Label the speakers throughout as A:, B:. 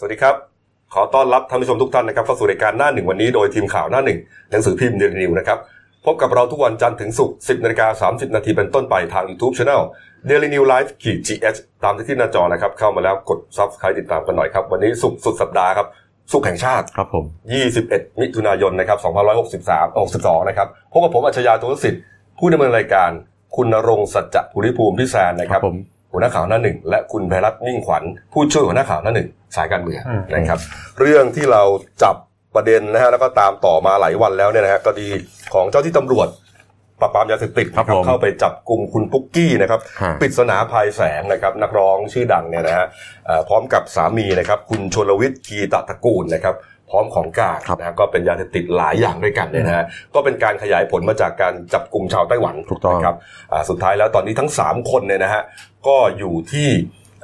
A: สวัสดีครับ ขอต้อนรับท่านผู้ชมทุกท่านนะครับเข้าสู่รายการหน้าหนึ่งวันนี้โดยทีมข่าวหน้าหนึ่งหนังสือพิมพ์เดลินิวนะครับพบกับเราทุกวันจันทร์ถึงศุกร์10นาฬิกา30 นาทีเป็นต้นไปทาง YouTube Channel Daily New Life ขีด GH ตามที่ขึ้นหน้าจอนะครับ เข้ามาแล้วกด Subscribe ติดตามกันหน่อยครับ วันนี้ศุกร์สุดสัปดาห์ครับศุกร์แห่งชาติ
B: ครับผม
A: 21 มิถุนายนนะครับ2563 62 นะครับ พบกับผมอัจฉริยะตุลสิทธิ์ ผู้ดำเนินรายการ คุณณรงค์สัจจะภูริภูมิพิแซนนะครับ
B: ผม
A: หัวหน้าข่าวหน้าหนึ่ง และคุณไพรัตน์มิ่งขวัญ ผู้ช่วยหัวหน้าข่าวหน้าหนึ่ง สายการเมือง
C: อืม
A: นะครับ เรื่องที่เราจับประเด็นนะฮะแล้วก็ตามต่อมาหลายวันแล้วเนี่ยนะฮะคดีของเจ้าที่ตำรวจปราบปรามยาเสพติด
B: ครับผม
A: เข้าไปจับกลุ่มคุณปุ๊กกี้นะครับ
B: ฮะ
A: ปริศนาภายแสงนะครับนักร้องชื่อดังเนี่ยนะฮะเอ่อพร้อมกับสามีนะครับคุณชลวิทย์กีตะตระกูลนะครับพร้อมของกลางนะฮะก็เป็นยาเสพติดหลายอย่างด้วยกันเนี่ยนะฮะก็เป็นการขยายผลมาจากการจับกลุ่มชาวไต้หวัน
B: ถูกต้อง
A: นะครับาสุดท้ายแล้วตอนนี้ทั้ง 3 คนเนี่ยนะฮะก็อยู่ที่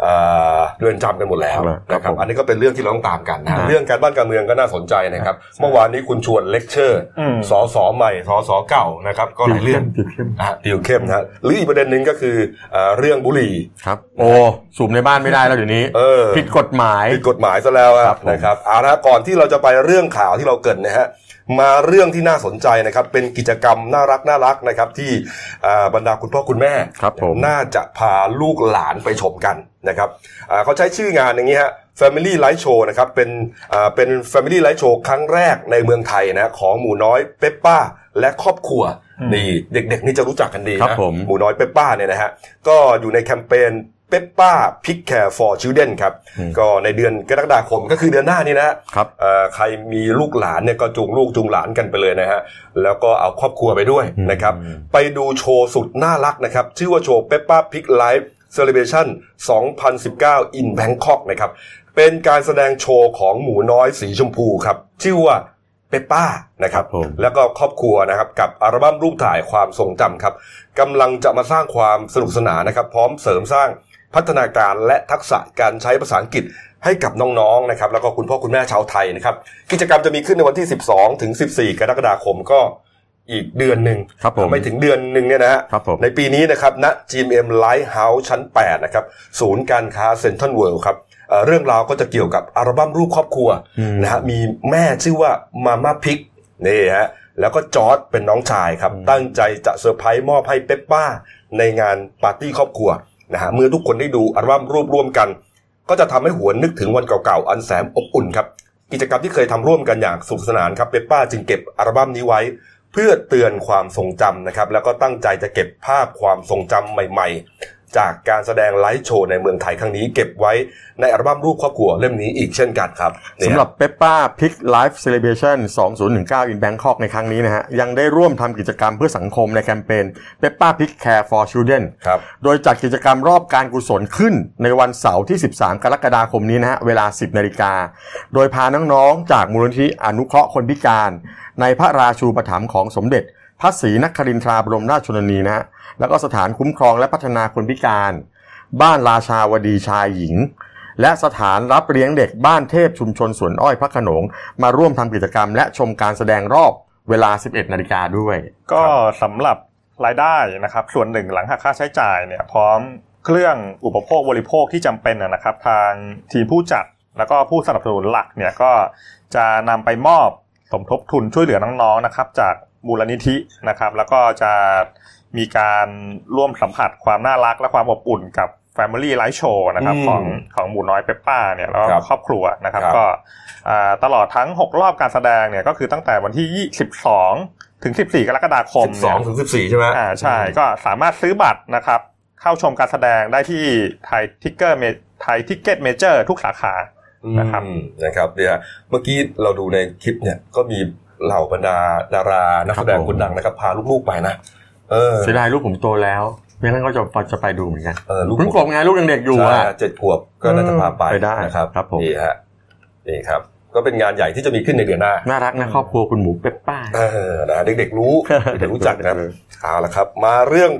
A: เอ่อเรือนจำกันหมดแล้ว
B: ครับ
A: นะค
B: ครั
A: รับบ
B: ผม
A: อันนี้ก็เป็นเรื่องที่เราต้องตามกันนะฮะ
B: ครับ
A: เรื่องการบ้านการเมืองก็น่าสนใจนะครับเมื่อวานนี้คุณชวนเลคเชอร์
C: อืม
A: สอสอใหม่สอสอเก่านะครับก็หลายเรื่อง
B: ติดเข้ม
A: นะฮะติวเข้มนะฮะหรืออีกประเด็นหนึ่งก็คือเอ่อเรื่องบุหรี่
B: ครับ โอ้สูบในบ้านไม่ได้แล้วเดี๋ยวนี้
A: เออ
B: ผิดกฎหมาย
A: ผิดกฎหมายซะแล้วอะ
B: ครับผม
A: นะครับเอาละฮะก่อนที่เราจะไปเรื่องข่าวที่เราเกรินนะฮะมาเรื่องที่น่าสนใจนะครับเป็นกิจกรรมน่ารักน่ารักนะครับที่เอ่อบรรดาคุณพ่อคุณแม่
B: ครับผม
A: น่าจะพาลูกหลานไปชมกันนะครับอ่าเขาใช้ชื่องานอย่างนี้ฮะ Family Light Show นะครับเป็นอ่าเป็น Family Light Show ครั้งแรกในเมืองไทยนะของหมูน้อยเปปป้า และครอบครัวนี่เด็กๆนี่จะรู้จักกันดี
B: ครั
A: นะ
B: บผม
A: หมูน้อยเปปป้าเนี่ยนะฮะก็อยู่ในแคมเปญเปปป้าพิกแคร์ฟอร์ชิลเดนครับก็ในเดือนกรกฎาคมก็คือเดือนหน้านี่นะฮะ
B: ครับ
A: เอ่อใครมีลูกหลานเนี่ยก็จูงลูกจูงหลานกันไปเลยนะฮะแล้วก็เอาครอบครัวไปด้วย
B: อืม
A: นะครับ ไปดูโชว์สุดน่ารักนะครับ ชื่อว่าโชว์ Peppa Pig Live Celebration 2019 in Bangkok นะครับ เป็นการแสดงโชว์ของหมูน้อยสีชมพูครับ ชื่อว่าเปปป้านะครับ
B: ครับผม
A: แล้วก็ครอบครัวนะครับกับอัลบั้มรูปถ่ายความทรงจำครับกำลังจะมาสร้างความสนุกสนานนะครับ พร้อมเสริมสร้างพัฒนาการและทักษะการใช้ภาษาอังกฤษให้กับน้องๆนะครับ แล้วก็คุณพ่อคุณแม่ชาวไทยนะครับ กิจกรรมจะมีขึ้นในวันที่ 12 ถึง 14 กรกฎาคมก็อีกเดือนหนึ่ง
B: ครับผม
A: ไม่ถึงเดือนหนึ่งเนี่ยนะฮะ
B: ครับผม
A: ในปีนี้นะครับณ GMM Lighthouse ชั้น 8 นะครับ ศูนย์การค้าเซ็นทรัลเวิลด์ครับเอ่อเรื่องราวก็จะเกี่ยวกับอัลบั้มรูปครอบครัว
B: อืม
A: นะฮะมีแม่ชื่อว่ามาม่าพิกนี่ฮะแล้วก็จอร์ดเป็นน้องชายครับ
B: อืม
A: ตั้งใจจะเซอร์ไพรส์มอบให้เป๊ปป้า ในงานปาร์ตี้ครอบครัวนะฮะเมื่อทุกคนได้ดูอัลบั้มรูปร่วมกัน ก็จะทำให้หวนนึกถึงวันเก่าๆ อันแสนอบอุ่นครับ กิจกรรมที่เคยทำร่วมกันอย่างสนุขสนานครับเปปป้าจึงเก็บอัลบั้มนี้ไว้ เพื่อเตือนความทรงจำนะครับ แล้วก็ตั้งใจจะเก็บภาพความทรงจำใหม่ ๆ จากการแสดงไลฟ์โชว์ในเมืองไทยครั้งนี้เก็บไว้ในอัลบั้มรูปครอบครัวเล่มนี้อีกเช่นกันครับเนี่ย
B: สำหรับ Peppa Pig Live Celebration 2019 in Bangkok ในครั้งนี้นะฮะ ยังได้ร่วมทำกิจกรรมเพื่อสังคมในแคมเปญ Peppa Pig Care for Children
A: ครับ
B: โดยจัดกิจกรรมรอบการกุศลขึ้นในวันเสาร์ที่ 13 กรกฎาคมนี้นะฮะ เวลา 10 นาฬิกา โดยพาน้องๆ จากมูลนิธิอนุเคราะห์คนพิการ ในพระราชูปถัมภ์ของสมเด็จ พระศรีนครินทราบรมราชชนนีนะฮะ แล้วก็สถานคุ้มครองและพัฒนาคนพิการ บ้านราชาวดีชายหญิง และสถานรับเลี้ยงเด็กบ้านเทพชุมชนสวนอ้อยพระโขนง มาร่วมทำกิจกรรมและชมการแสดงรอบเวลา 11 นาฬิกาด้วย
C: ก็สำหรับรายได้นะครับ ส่วนหนึ่งหลังหักค่าใช้จ่ายเนี่ยพร้อมเครื่องอุปโภคบริโภคที่จำเป็นนะนะครับ ทางทีมผู้จัดแล้วก็ผู้สนับสนุนหลักเนี่ยก็จะนำไปมอบสมทบทุนช่วยเหลือน้องๆนะครับ จากมูลนิธินะครับ แล้วก็จะมีการร่วมสัมผัสความน่ารักและความอบอุ่นกับ Family l i ฟ e Show นะครับ
A: อืม
C: ของของหมูน้อยเปปป้าเนี่ยแล้วก็
A: ครับ
C: ครอบครัวนะครับ
A: ครับ
C: ก็อ่าตลอดทั้ง 6 รอบการแสดงเนี่ยก็คือตั้งแต่วันที่22ถึง 14 กรกฎาคมเนี่ย
A: 12ถึง14 ใช่ไหม
C: อ่าใช่ก็สามารถซื้อบัตรนะครับ เข้าชมการแสดงได้ที่ไทยทิกเกอร์เมไทยทิกเก็ตเมเจอร์ทุกสาขา นะครับ
A: อืมนะครับเนี่ยเมื่อกี้เราดูในคลิปเนี่ยก็มีเหล่าบรรดาดารานักแสดง
B: ครับผม
A: คนดังนะครับ พาลูกๆไปนะเออ
B: เสียดายลูกผมโตแล้วไม่งั้นก็จะจะไปดูเหมือนกัน
A: เออลูก
B: เพิ่งกลบไงลูกยังเด็กอยู่อ่ะ
A: ใช่เจ็ดขวบก็น่าจะพาไป
B: ไปได้
A: นะครับ
B: ครับผม
A: นี่ฮะนี่ครับ ก็เป็นงานใหญ่ที่จะมีขึ้นในเดือนหน้า
B: น่ารักนะครอบครัวคุณหมูเปปป้า
A: เออนะเด็กๆรู้ เด็กๆรู้จักนะครับเอาละครับ มาเรื่อง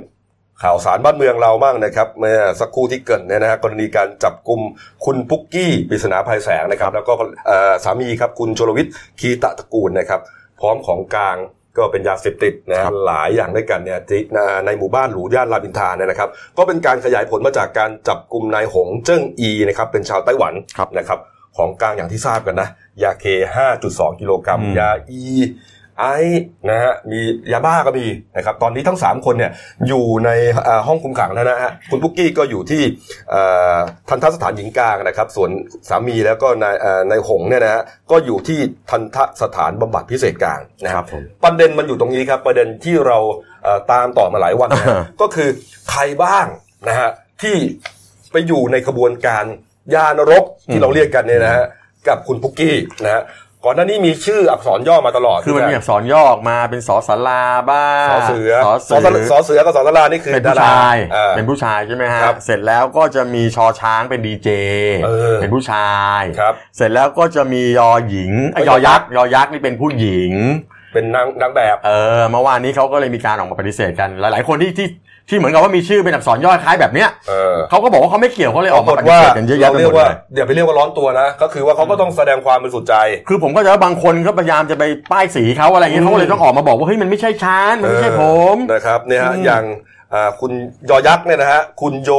A: ข่าวสารบ้านเมืองเราบ้างนะครับเมื่อสักครู่ที่เกรินเนี่ยนะฮะกรณีการจับกลุ่มคุณปุ๊กกี้ปริศนาภัยแสงนะครับ แล้วก็เอ่อสามีครับคุณชลวิทย์คีตะตระกูลนะครับ พร้อมของกลางก็เป็นยาเสพติดนะฮะ
B: ครับ
A: หลายอย่างด้วยกันเนี่ยที่ในในหมู่บ้านหรูย่านรามอินทราเนี่ยนะครับ ก็เป็นการขยายผลมาจากการจับกลุ่มนายหงเจิ้งอีนะครับเป็นชาวไต้หวัน
B: ครับ
A: นะครับ ของกลางอย่างที่ทราบกันนะ ยาเค 5.2 กิโลกรัม
B: อืม
A: ยาอีไอซ์นะฮะมียาบ้าก็มีนะครับตอนนี้ทั้ง 3 คนเนี่ยอยู่ในเอ่อห้องคุมขังแล้วนะฮะคุณปุ๊กกี้ก็อยู่ที่เอ่อทันทสถานหญิงกลางนะครับ ส่วนสามีแล้วก็นายเอ่อนายหงเนี่ยนะฮะก็อยู่ที่ทันทสถานบำบัดพิเศษกลางนะ
B: ค
A: ค
B: รั
A: รั
B: บบ ผม
A: ประเด็นมันอยู่ตรงนี้ครับ ประเด็นที่เราเอ่อตามต่อมาหลายวันนะฮะ ก็คือใครบ้างนะฮะที่ไปอยู่ในกระบวนการยานรก
B: อื
A: ที่
B: ม
A: เราเรียกกันเนี่ยนะฮะกับคุณพุกกี้นะฮะก่อนหน้านี้มีชื่ออักษรย่อมาตลอด
B: คือมันมีอักษรย่อออกมาเป็นสอสาราบ้าง
A: สอเสือ
B: สอ
A: สอ
B: เสือ
A: สอเสือกับสอสลานี่คือ
B: เป็น
A: ดา
B: ผู้
A: รา
B: ชาย
A: อ่า
B: เป็นผู้ชายใช่ไหมฮะ
A: ครับ
B: เสร็จแล้วก็จะมีชอช้างเป็นดีเจ
A: เออ
B: เป็นผู้ชาย
A: ครับ
B: เสร็จแล้วก็จะมียอหญิงเอ้ยยอยักษ์ยอยักษ์นี่เป็นผู้หญิง
A: เป็นนางนางแบบ
B: เออเมื่อวานนี้เขาก็เลยมีการออกมาปฏิเสธกัน หลายๆคนที่ที่ที่เหมือนกับว่ามีชื่อเป็นอักษรย่อคล้ายแบบเนี้ย
A: เออ
B: เขาก็บอกว่าเขาไม่เกี่ยวเขาเลยอ
A: ป
B: อก
A: รากฏ
B: มาปฏิ
A: ว่า
B: เสธกันเยอะแยะ
A: เรา
B: ไป
A: เรี
B: ห
A: ย
B: ม
A: ก
B: ดเล
A: ว่าย เดี๋ยวไปเรียกว่าร้อนตัวนะ ก็คือว่าเขาก็ต้องแสดงความบริสุทธิ์ใจ
B: คือผมก็จะว่าบางคนก็พยายามจะไปป้ายสีเขาอะไรเงี้ย
A: อืม
B: เขาก็เลยต้องออกมาบอกว่าเฮ้ยมันไม่ใช่ฉันมันไม่ใช่ผม
A: เออนะครับเนี่ยฮะ
B: อืม
A: อย่างอ่าคุณยอยักษ์เนี่ยนะฮะคุณโย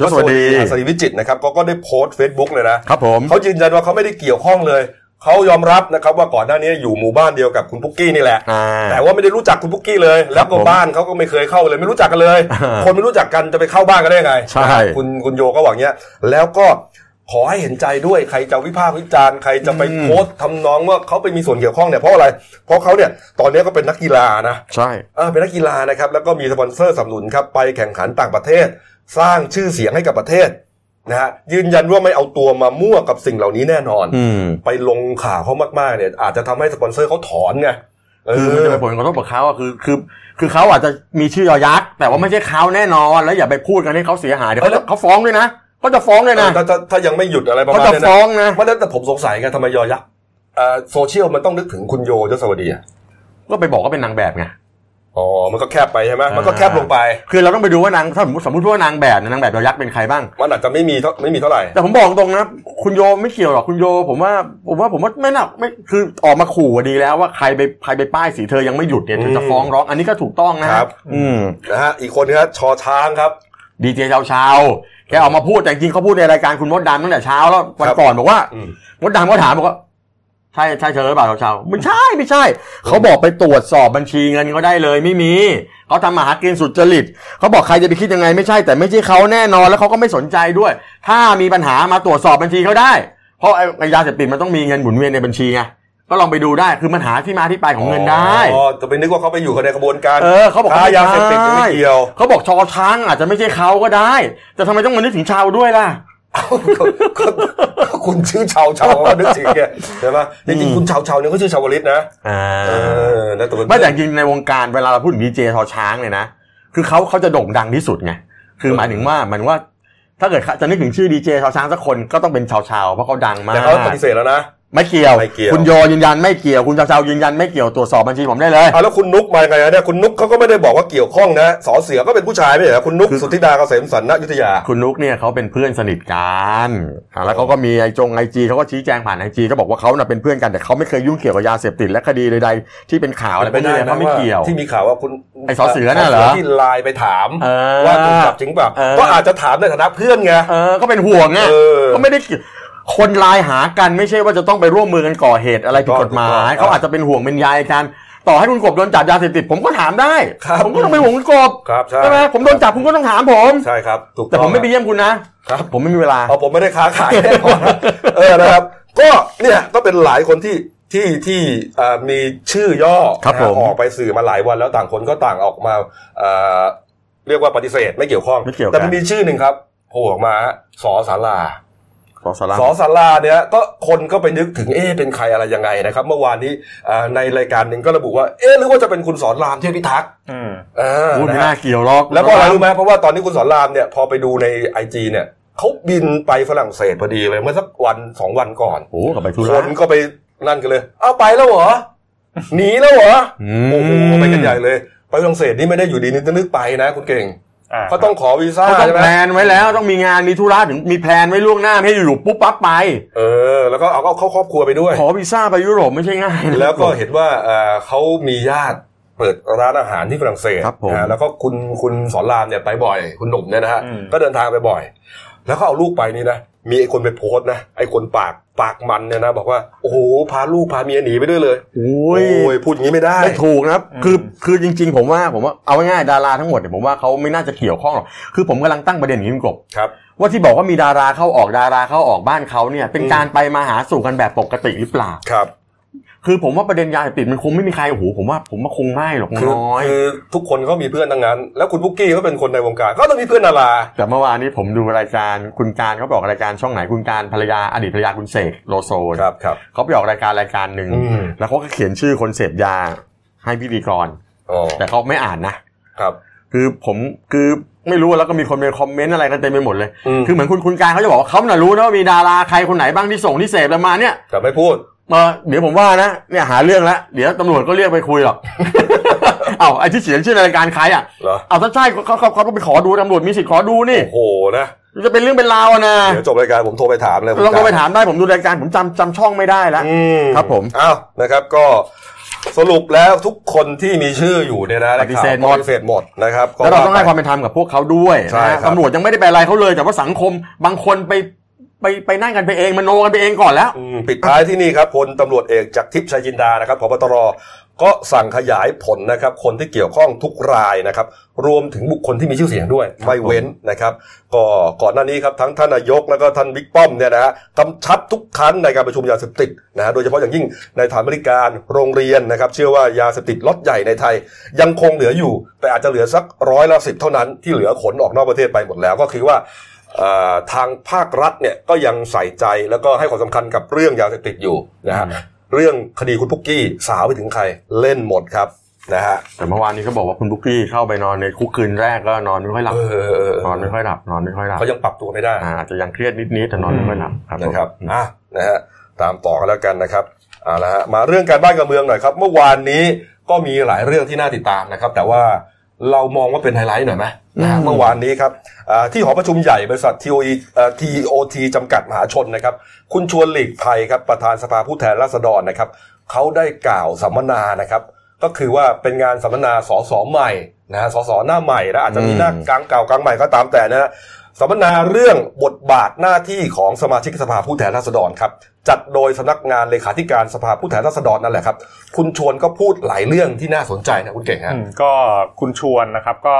B: ยศวดี
A: อัศรีวิจิตรนะครับเขาก็ได้โพสต์เฟซบุ๊กเลยนะครับ
B: ผม
A: เขายืนยันว่าเขาไม่ได้เกี่ยวข้องเลย เขายอมรับนะครับว่าก่อนหน้านี้อยู่หมู่บ้านเดียวกับคุณปุ๊กกี้นี่แหละ
B: อ่า
A: แต่ว่าไม่ได้รู้จักคุณปุ๊กกี้เลย แล้วก็
B: ผม
A: บ้านเขาก็ไม่เคยเข้าเลย ไม่รู้จักกันเลย
B: อ่า
A: คนไม่รู้จักกันจะไปเข้าบ้านกันได้ยังไง
B: ใช่
A: คุณคุณโยก็หวังเนี้ยแล้วก็ขอให้เห็นใจด้วยใครจะวิพากษ์วิจารณ์ใครจะไปโพสต์ทำนองว่าเขาไปมีส่วนเกี่ยวข้องเนี่ยเพราะอะไรเพราะเขาเนี่ยตอนนี้ก็เป็นนักกีฬานะ
B: ใช่
A: เออเป็นนักกีฬานะครับแล้วก็มีสปอนเซอร์สนับสนุนครับไปแข่งขันต่างประเทศ สร้างชื่อเสียงให้กับประเทศนะฮะยืนยันว่าไม่เอาตัวมามั่วกับสิ่งเหล่านี้แน่นอน
B: อืม
A: ไปลงข่าวเขามากๆเนี่ยอาจจะทำให้สปอนเซอร์เขาถอนไงเอ
B: คือมัน
A: อ
B: จะเป็นผลกระทบกับเขาอะคือคือคือเขาอาจจะมีชื่อยอยักษ์แต่ว่าไม่ใช่เขาแน่นอน แล้วอย่าไปพูดกันให้เขาเสียหายเดี๋ยวเขาเขาฟ้องด้วยนะเขาจะฟ้องด้วยนะ
A: ถ้าถ้าถ้ายังไม่หยุดอะไรประ
B: เขา
A: มาณ
B: จะ
A: เนี้ย
B: ฟ้
A: นะ
B: องนะ
A: เพราะฉะนั้นแต่ผมสงสัยไงทำไมยอยักษ์เอ่อโซเชียลมันต้องนึกถึงคุณโยยศวดีอะ
B: ก็ไปบอกว่าเป็นนางแบบไง
A: อ๋อมันก็แคบไปใช่ไหมมันก็
B: อ่า
A: แคบลงไป
B: คือเราต้องไปดูว่านางถ้าสมมติสมมติว่านางแบบเนี่ยนางแบบเรายักษ์เป็นใครบ้าง
A: มันอาจจะไม่มีเท่าไม่มีเท่าไหร่
B: แต่ผมบอกตรงนะ คุณโยไม่เกี่ยวหรอกคุณโย ผมว่าผมว่าผมว่าไม่น่าไม่คือออกมาขู่อะดีแล้วว่าใครไปใครไปป้ายสีเธอยังไม่หยุดเนี่ยเธอจะ
A: อืม
B: ฟ้องร้อง อันนี้ก็ถูกต้องนะครับ อืม
A: นะฮะอีกคนนึงครับชอช้างครับ
B: ดีเจชาวชาวๆแกออกมาพูดแต่จริงๆเขาพูดในรายการคุณมดดำตั้งแต่เช้าแล้ววัน
A: ครับ
B: ก่อนบอกว่า
A: อืม
B: มดดำก็ถามบอกว่าใช่ใช่เธอหรือเปล่าชาวๆไม่ใช่ไม่ใช่ เขาบอกไปตรวจสอบบัญชีเงินเขาได้เลยไม่มีเขาทำมาหากินสุจริตเขาบอกใครจะไปคิดยังไงไม่ใช่ แต่ไม่ใช่เขาแน่นอนแล้วเขาก็ไม่สนใจด้วย ถ้ามีปัญหามาตรวจสอบบัญชีเขาได้ เพราะไอ้ไอ้ยาเสพติดมันต้องมีเงินหมุนเวียนในบัญชีไงก็ลองไปดูได้คือมันหาที่มาที่ไปของเงินได้
A: อ๋อจะไปนึกว่าเขาไปอยู่ในกระบวนการ
B: เออเขาบอก
A: ค้ายาเสพติด
B: ไม่ได้
A: ไม่เกี่ยว
B: เขาบอกชอช้างอาจจะไม่ใช่เขาก็ได้ แต่ทำไมต้องมานึกถึงชาวด้วยล่ะ
A: ก็ก็ก็คุณชื่อชาวชาวนึกถึงแกใช่ไหมจริงๆคุณชาวชาวเนี่ยเขาชื่อชาวลิตนะเออนะตัว
B: ไม่แต่จริงในวงการเวลาเราพูดถึงดีเจทอช้างเนี่ยนะ คือเขาเขาจะโด่งดังที่สุดไง คือหมายถึงว่าหมายถึงว่าถ้าเกิดจะนึกถึงชื่อดีเจชาวช้างสักคนก็ต้องเป็นชาวชาวๆเพราะเขาดังมาก
A: แต่เขาปฏิเสธแล้วนะ
B: ไม่เกี่ยว
A: ไม่เกี่ยว
B: คุณโยยืนยันไม่เกี่ยว คุณชาวชาวยืนยันไม่เกี่ยวตรวจสอบบัญชีผมได้เลย
A: เอาแล้วคุณนุกมายังไงอะเนี่ยคุณนุกเขาก็ไม่ได้บอกว่าเกี่ยวข้องนะสอเสือก็เป็นผู้ชายไม่ใช่เหรอคุณนุกสุทธิดาเกษมสันนยุทธยา
B: คุณนุกเนี่ยเขาเป็นเพื่อนสนิทกันอ่าแล้วเขาก็มีไอจงไอจีเขาก็ชี้แจงผ่านไอจีก็บอกว่าเขาน่ะเป็นเพื่อนกันแต่เขาไม่เคยยุ่งเกี่ยวกับยาเสพติดและคดีใดๆที่เป็นข่าวอะไรพวกนี้เลยเขาไม่เกี่ยว
A: ที่มีข่าวว่าคุณ
B: ไอ้สอเสือน่ะเหรอ
A: ที่ไลน์ไปถาม
B: เออ
A: ว่าถูกจับจริงเปล่า
B: เออ
A: ก็อาจจะถามในฐานะเพื่อนไง
B: เออก็เป็นห่วงไง
A: เออ
B: ก็ไม่ได้เกี่ยวคนลายหากันไม่ใช่ว่าจะต้องไปร่วมมือกันก่อเหตุอะไรผิดกฎหมา
A: ถูกต้
B: ย
A: อง
B: เขาอาจจะเป็นห่วงเป็นใยกัน ต่อให้คุณกบโดนจับยาเสพติดผมก็ถามได้
A: ครับ
B: ผมก็ต้องไปนห่วงคุณกบ
A: ครับใช่
B: ใช่ไหมผมโดนจับผมก็ต้องถามผม
A: ใช่ครับถูกอง
B: แต่ผมไม่ไปเยี่ยมคุณนะครับ ผมไม่มีเวลา
A: เอาผมไม่ได้ค้าขายแน่นอนนะ เออนะครับ ก็เนี่ยก็เป็นหลายคนที่ที่ที่เอ่อมีชื่อย่อ
B: ครับ
A: นะฮะ
B: ผม
A: ออกไปสื่อมาหลายวันแล้วต่างคนก็ต่างออกมาเอ่อเรียกว่าปฏิเสธไม่เกี่ยวข้อง
B: ไม่เกี่ยวกัน
A: แต่มันมีชื่อหนึ่งครับโผล่ออกมาฮะสอสารา
B: ขอสาระ
A: สอสาราเนี่ยก็คนก็ไปนึกถึงเอ๊ะเป็นใครอะไรยังไงนะครับ เมื่อวานนี้เอ่อในรายการหนึ่งก็ระบุว่าเอ๊ะหรือว่าจะเป็นคุณสอนรามเทพิทักษ์
C: อืม
A: เออ
B: พูดไม่
A: นะฮะ
B: น่าเกี่ยวหรอก
A: แล้วก็อะไรรู้ไหมเพราะว่าตอนนี้คุณสอนรามเนี่ยพอไปดูในไอจีเนี่ยเขาบินไปฝรั่งเศสพอดีเลยเมื่อสักวันสองวันก่อน
B: โอ้โหกลับไปทุ
A: ค
B: ระ
A: นก็ไปนั่นกันเลย เอาไปแล้วเหรอ หนีแล้วเหรอ
B: อื
A: โอ้โหไปกันใหญ่เลย ไปฝรั่งเศสนี่ไม่ได้อยู่ดีนึกนึกไปนะ คุณเก่ง
C: อ่า
A: เขาต้องขอวีซ่า
B: เขาต้อง
A: ใช่ไหม
B: แพลนไว้แล้วต้องมีงานมีธุระถึงมีแพลนไว้ล่วงหน้าไม่ให้อยู่ๆปุ๊บปั๊บไป
A: เออ แล้วก็เอาเข้าครอบครัวไปด้วย
B: ขอวีซ่าไปยุโรปไม่ใช่ง่าย นะ
A: แล้วก็เห็นว่าเอ่อเขามีญาติเปิดร้านอาหารที่ฝรั่งเศส
B: ครับผม
A: นะแล้วก็คุณคุณสอนรามเนี่ยไปบ่อย คุณหนุ่มเนี่ยนะฮะ
C: อืม
A: ก็เดินทางไปบ่อย แล้วก็เอาลูกไปนี่นะ มีไอ้คนไปโพสต์นะไอ้คนปากปากมันเนี่ยนะบอกว่าโอ้โหพาลูกพาเมียหนีไปด้วยเลย
B: โอ้ย
A: พูดอย่างนี้ไม่ได้
B: ไม่ถูกนะครับ
C: อืม
B: คือคือจริง ๆ ผมว่าผมว่าเอาง่ายๆดาราทั้งหมดเนี่ยผมว่าเขาไม่น่าจะเกี่ยวข้องหรอกคือผมกำลังตั้งประเด็นอย่างนี้คุณกบ
A: ครับ
B: ว่าที่บอกว่ามีดาราเข้าออกดาราเข้าออกบ้านเขาเนี่ย เป็น
A: อืม
B: การไปมาหาสู่กันแบบปกติหรือเปล่า
A: ครับ
B: คือผมว่าประเด็นยาเสพติดมันคงไม่มีใครโอ้โหผมว่าผมว่าคงไม่หรอก
A: คือ
B: น้อย
A: คือทุกคนก็มีเพื่อนทั้งนั้น แล้วคุณพุกกี้ก็เป็นคนในวงการก็ต้องมีเพื่อนดารา
B: แต่เมื่อวานนี้ผมดูรายการคุณการเขาบอกรายการช่องไหนคุณการภรรยาอดีตภรรยาคุณเสกโลโซเนี่ย
A: ครับครับ
B: เขาไปออกรายการรายการหนึ่ง
A: อืม
B: แล้วเขาก็เขียนชื่อคนเสพยาให้พิธีกร
A: อ๋อ
B: แต่เขาไม่อ่านนะ
A: ครับ
B: คือผมคือไม่รู้แล้วก็มีคนไปคอมเมนต์อะไรกันเต็มไปหมดเลย
A: อืม
B: คือเหมือนคุณคุณการเขาจะบอกว่าเขาน่ะรู้นะว่ามีดาราใครคนไหนบ้างที่ส่งที่เสพแล้วมาเนี่ย
A: แต่ไม่พูด
B: เออเดี๋ยวผมว่านะเนี่ยหาเรื่องแล้วเดี๋ยวตำรวจก็เรียกไปคุยหรอก เอาไอ้ที่เขียนชื่อในรายการใครอ่ะ
A: เหรอ
B: เอาถ้าใช่เขาเขาเขาก็ไปขอดูตำรวจมีสิทธิ์ขอดูนี่
A: โอ้โหนะ
B: จะเป็นเรื่องเป็นราวอะนะ
A: เดี๋ยวจบรายการผมโทรไปถามเลย
B: ลองโทรไปถามได้ผมดูรายการผมจำจำช่องไม่ได้แล้ว
A: อืม
B: ครับผม
A: อ้าวนะครับก็สรุปแล้วทุกคนที่มีชื่ออยู่เนี่ยนะ
B: ปฏิเสธหมด
A: ปฏิเสธหมดนะครับก็
B: แล้วเราต้องให้ความเป็นธรรมกับพวกเขาด้วย
A: ใช่
B: นะฮะ
A: ครับ
B: ตำรวจยังไม่ได้ไปอะไรเขาเลยแต่ว่าสังคมบางคนไปไปไปนั่งกันไปเองมโนกันไปเองก่อนแล้ว
A: อืมปิดท้ายที่นี่ครับพลตำรวจเอกจากทิพย์ชัยจินดานะครับพบตรก็สั่งขยายผลนะครับ คนที่เกี่ยวข้องทุกรายนะครับ รวมถึงบุคคลที่มีชื่อเสียงด้วย ไม่เว้นนะครับ ก็ก่อนหน้านี้ครับทั้งท่านนายกแล้วก็ท่านบิ๊กป้อมเนี่ยนะฮะกำชับทุกครั้งในการประชุมยาเสพติดนะฮะโดยเฉพาะอย่างยิ่งในฐานบริการโรงเรียนนะครับ เชื่อว่ายาเสพติดล็อตใหญ่ในไทย ยังคงเหลืออยู่ แต่อาจจะเหลือสักร้อยละสิบเท่านั้นที่เหลือขนออกนอกประเทศไปหมดแล้วก็คือว่า เอ่อทางภาครัฐเนี่ยก็ยังใส่ใจแล้วก็ให้ความสำคัญกับเรื่องยาเสพติดอยู่นะฮะเรื่องคดีคุณพุกกี้สาวไปถึงใครเล่นหมดครับนะฮะ
B: แต่เมื่อวานนี้เขาบอกว่าคุณบุกกี้เข้าไปนอนในคุกคืนแรกก็นอนไม่ค่อยหลับ
A: เออน
B: อนไม่ค่อยหลับนอนไม่ค่อยหลับ
A: เขายังปรับตัวไม่ได้
B: อ่าอาจจะยังเครียดนิดนิดๆแต่นอนไม่ค่อยหลับครับผม
A: นะครับอ่ะนะฮะตามต่อกันแล้วกันนะครับเอาละฮะมาเรื่องการบ้านการเมืองหน่อยครับ เมื่อวานนี้ก็มีหลายเรื่องที่น่าติดตามนะครับ แต่ว่าเรามองว่าเป็นไฮไลท์หน่อยไหมนะฮะเมื่อวานนี้ครับอ่าที่หอประชุมใหญ่บริษัท TOE เอ่อ TOT จำกัดมหาชนนะครับ คุณชวนหลีกภัยครับประธานสภาผู้แทนราษฎรนะครับเขาได้กล่าวสัมมนานะครับ ก็คือว่าเป็นงานสัมมนาสสใหม่นะฮะสสหน้าใหม่และอาจจะมีหน้ากลางเก่ากลางใหม่ก็ตามแต่นะฮะสัมมนาเรื่องบทบาทหน้าที่ของสมาชิกสภาผู้แทนราษฎรครับจัดโดยสำนักงานเลขาธิการสภาผู้แทนราษฎรนั่นแหละครับ คุณชวนก็พูดหลายเรื่องที่น่าสนใจนะคุณเก่งฮะ
C: อืมก็คุณชวนนะครับก็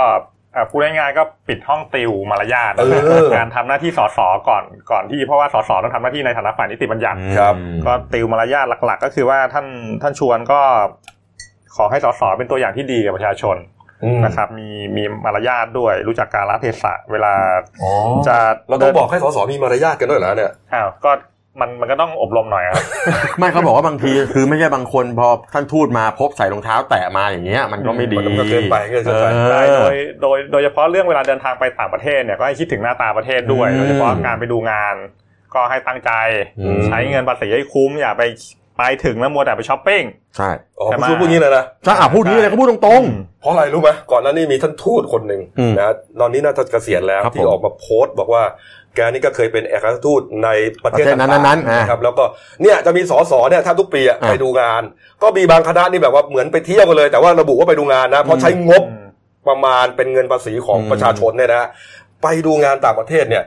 C: อ่ะพูดง่ายๆก็ปิดห้องติวมารยาทนะ
A: เออ
C: การทำหน้าที่สสก่อนก่อนที่เพราะว่าสสต้องทำหน้าที่ในฐานะฝ่ายนิติบัญญัติ
A: ครับ
C: ก็ติวมารยาทหลัก ๆ ก็คือว่าท่านท่านชวนก็ขอให้สสเป็นตัวอย่างที่ดีกับประชาชน
A: อืม
C: นะครับ มีมีมารยาทด้วย รู้จักการละเทศะเวลา
A: อ๋อ
C: จะ
A: เราต้องบอกให้สสมีมารยาทกันด้วยเหรอเนี่ย
C: อ้าวก็มันมันก็ต้องอบรมหน่อยครับ
B: ไม่เขาบอกว่าบางทีคือไม่ใช่บางคนพอท่านทูตมาพบใส่รองเท้าแตะมาอย่างเงี้ยมันก็ไม่ดี
A: มันก็เกินไปเกินไป
B: เอ
C: ได้
B: อ
C: โดยโดยโดยเฉพาะเรื่องเวลาเดินทางไปต่างประเทศเนี่ยก็ให้คิดถึงหน้าตาประเทศด้วย
B: อืม
C: โดยเฉพาะการไปดูงาน ก็ให้ตั้งใจ
B: อืม
C: ใช้เงินภาษีให้คุ้มอย่าไปไปถึงแล้วมัวแต่ไปช้อปปิ้ง
B: ใช่
A: อ๋อ
C: แต่
A: คุณ
C: มา
A: ชวนพูดงี้เลยนะ
B: ถ้าอ่ะพูดนี้เลยก็พูดตรงๆ
A: เพราะอะไรรู้ไหมก่อนหน้านี้มีท่านทูตคนหนึ่ง
B: อืม
A: นะตอนนี้น่าจะเกษียณแล้ว
B: ครับผม
A: ที่ออกมาโพสต์บอกว่า แกนี่ก็เคยเป็นเอกอัครราชทูตในประเทศ
B: ประเทศนั้น
A: ต่างๆ
B: นั้นๆอ่ะ
A: นะครับแล้วก็เนี่ยจะมีสสเนี่ยแทบทุกปีอะ
B: อ่ะ
A: ไปดูงาน ก็มีบางคณะนี่แบบว่าเหมือนไปเที่ยวกันเลย แต่ว่าระบุว่าไปดูงานนะเพราะใช้งบประมาณเป็นเงินภาษีของ
B: อืม
A: ประชาชนเนี่ยนะไปดูงานต่างประเทศเนี่ย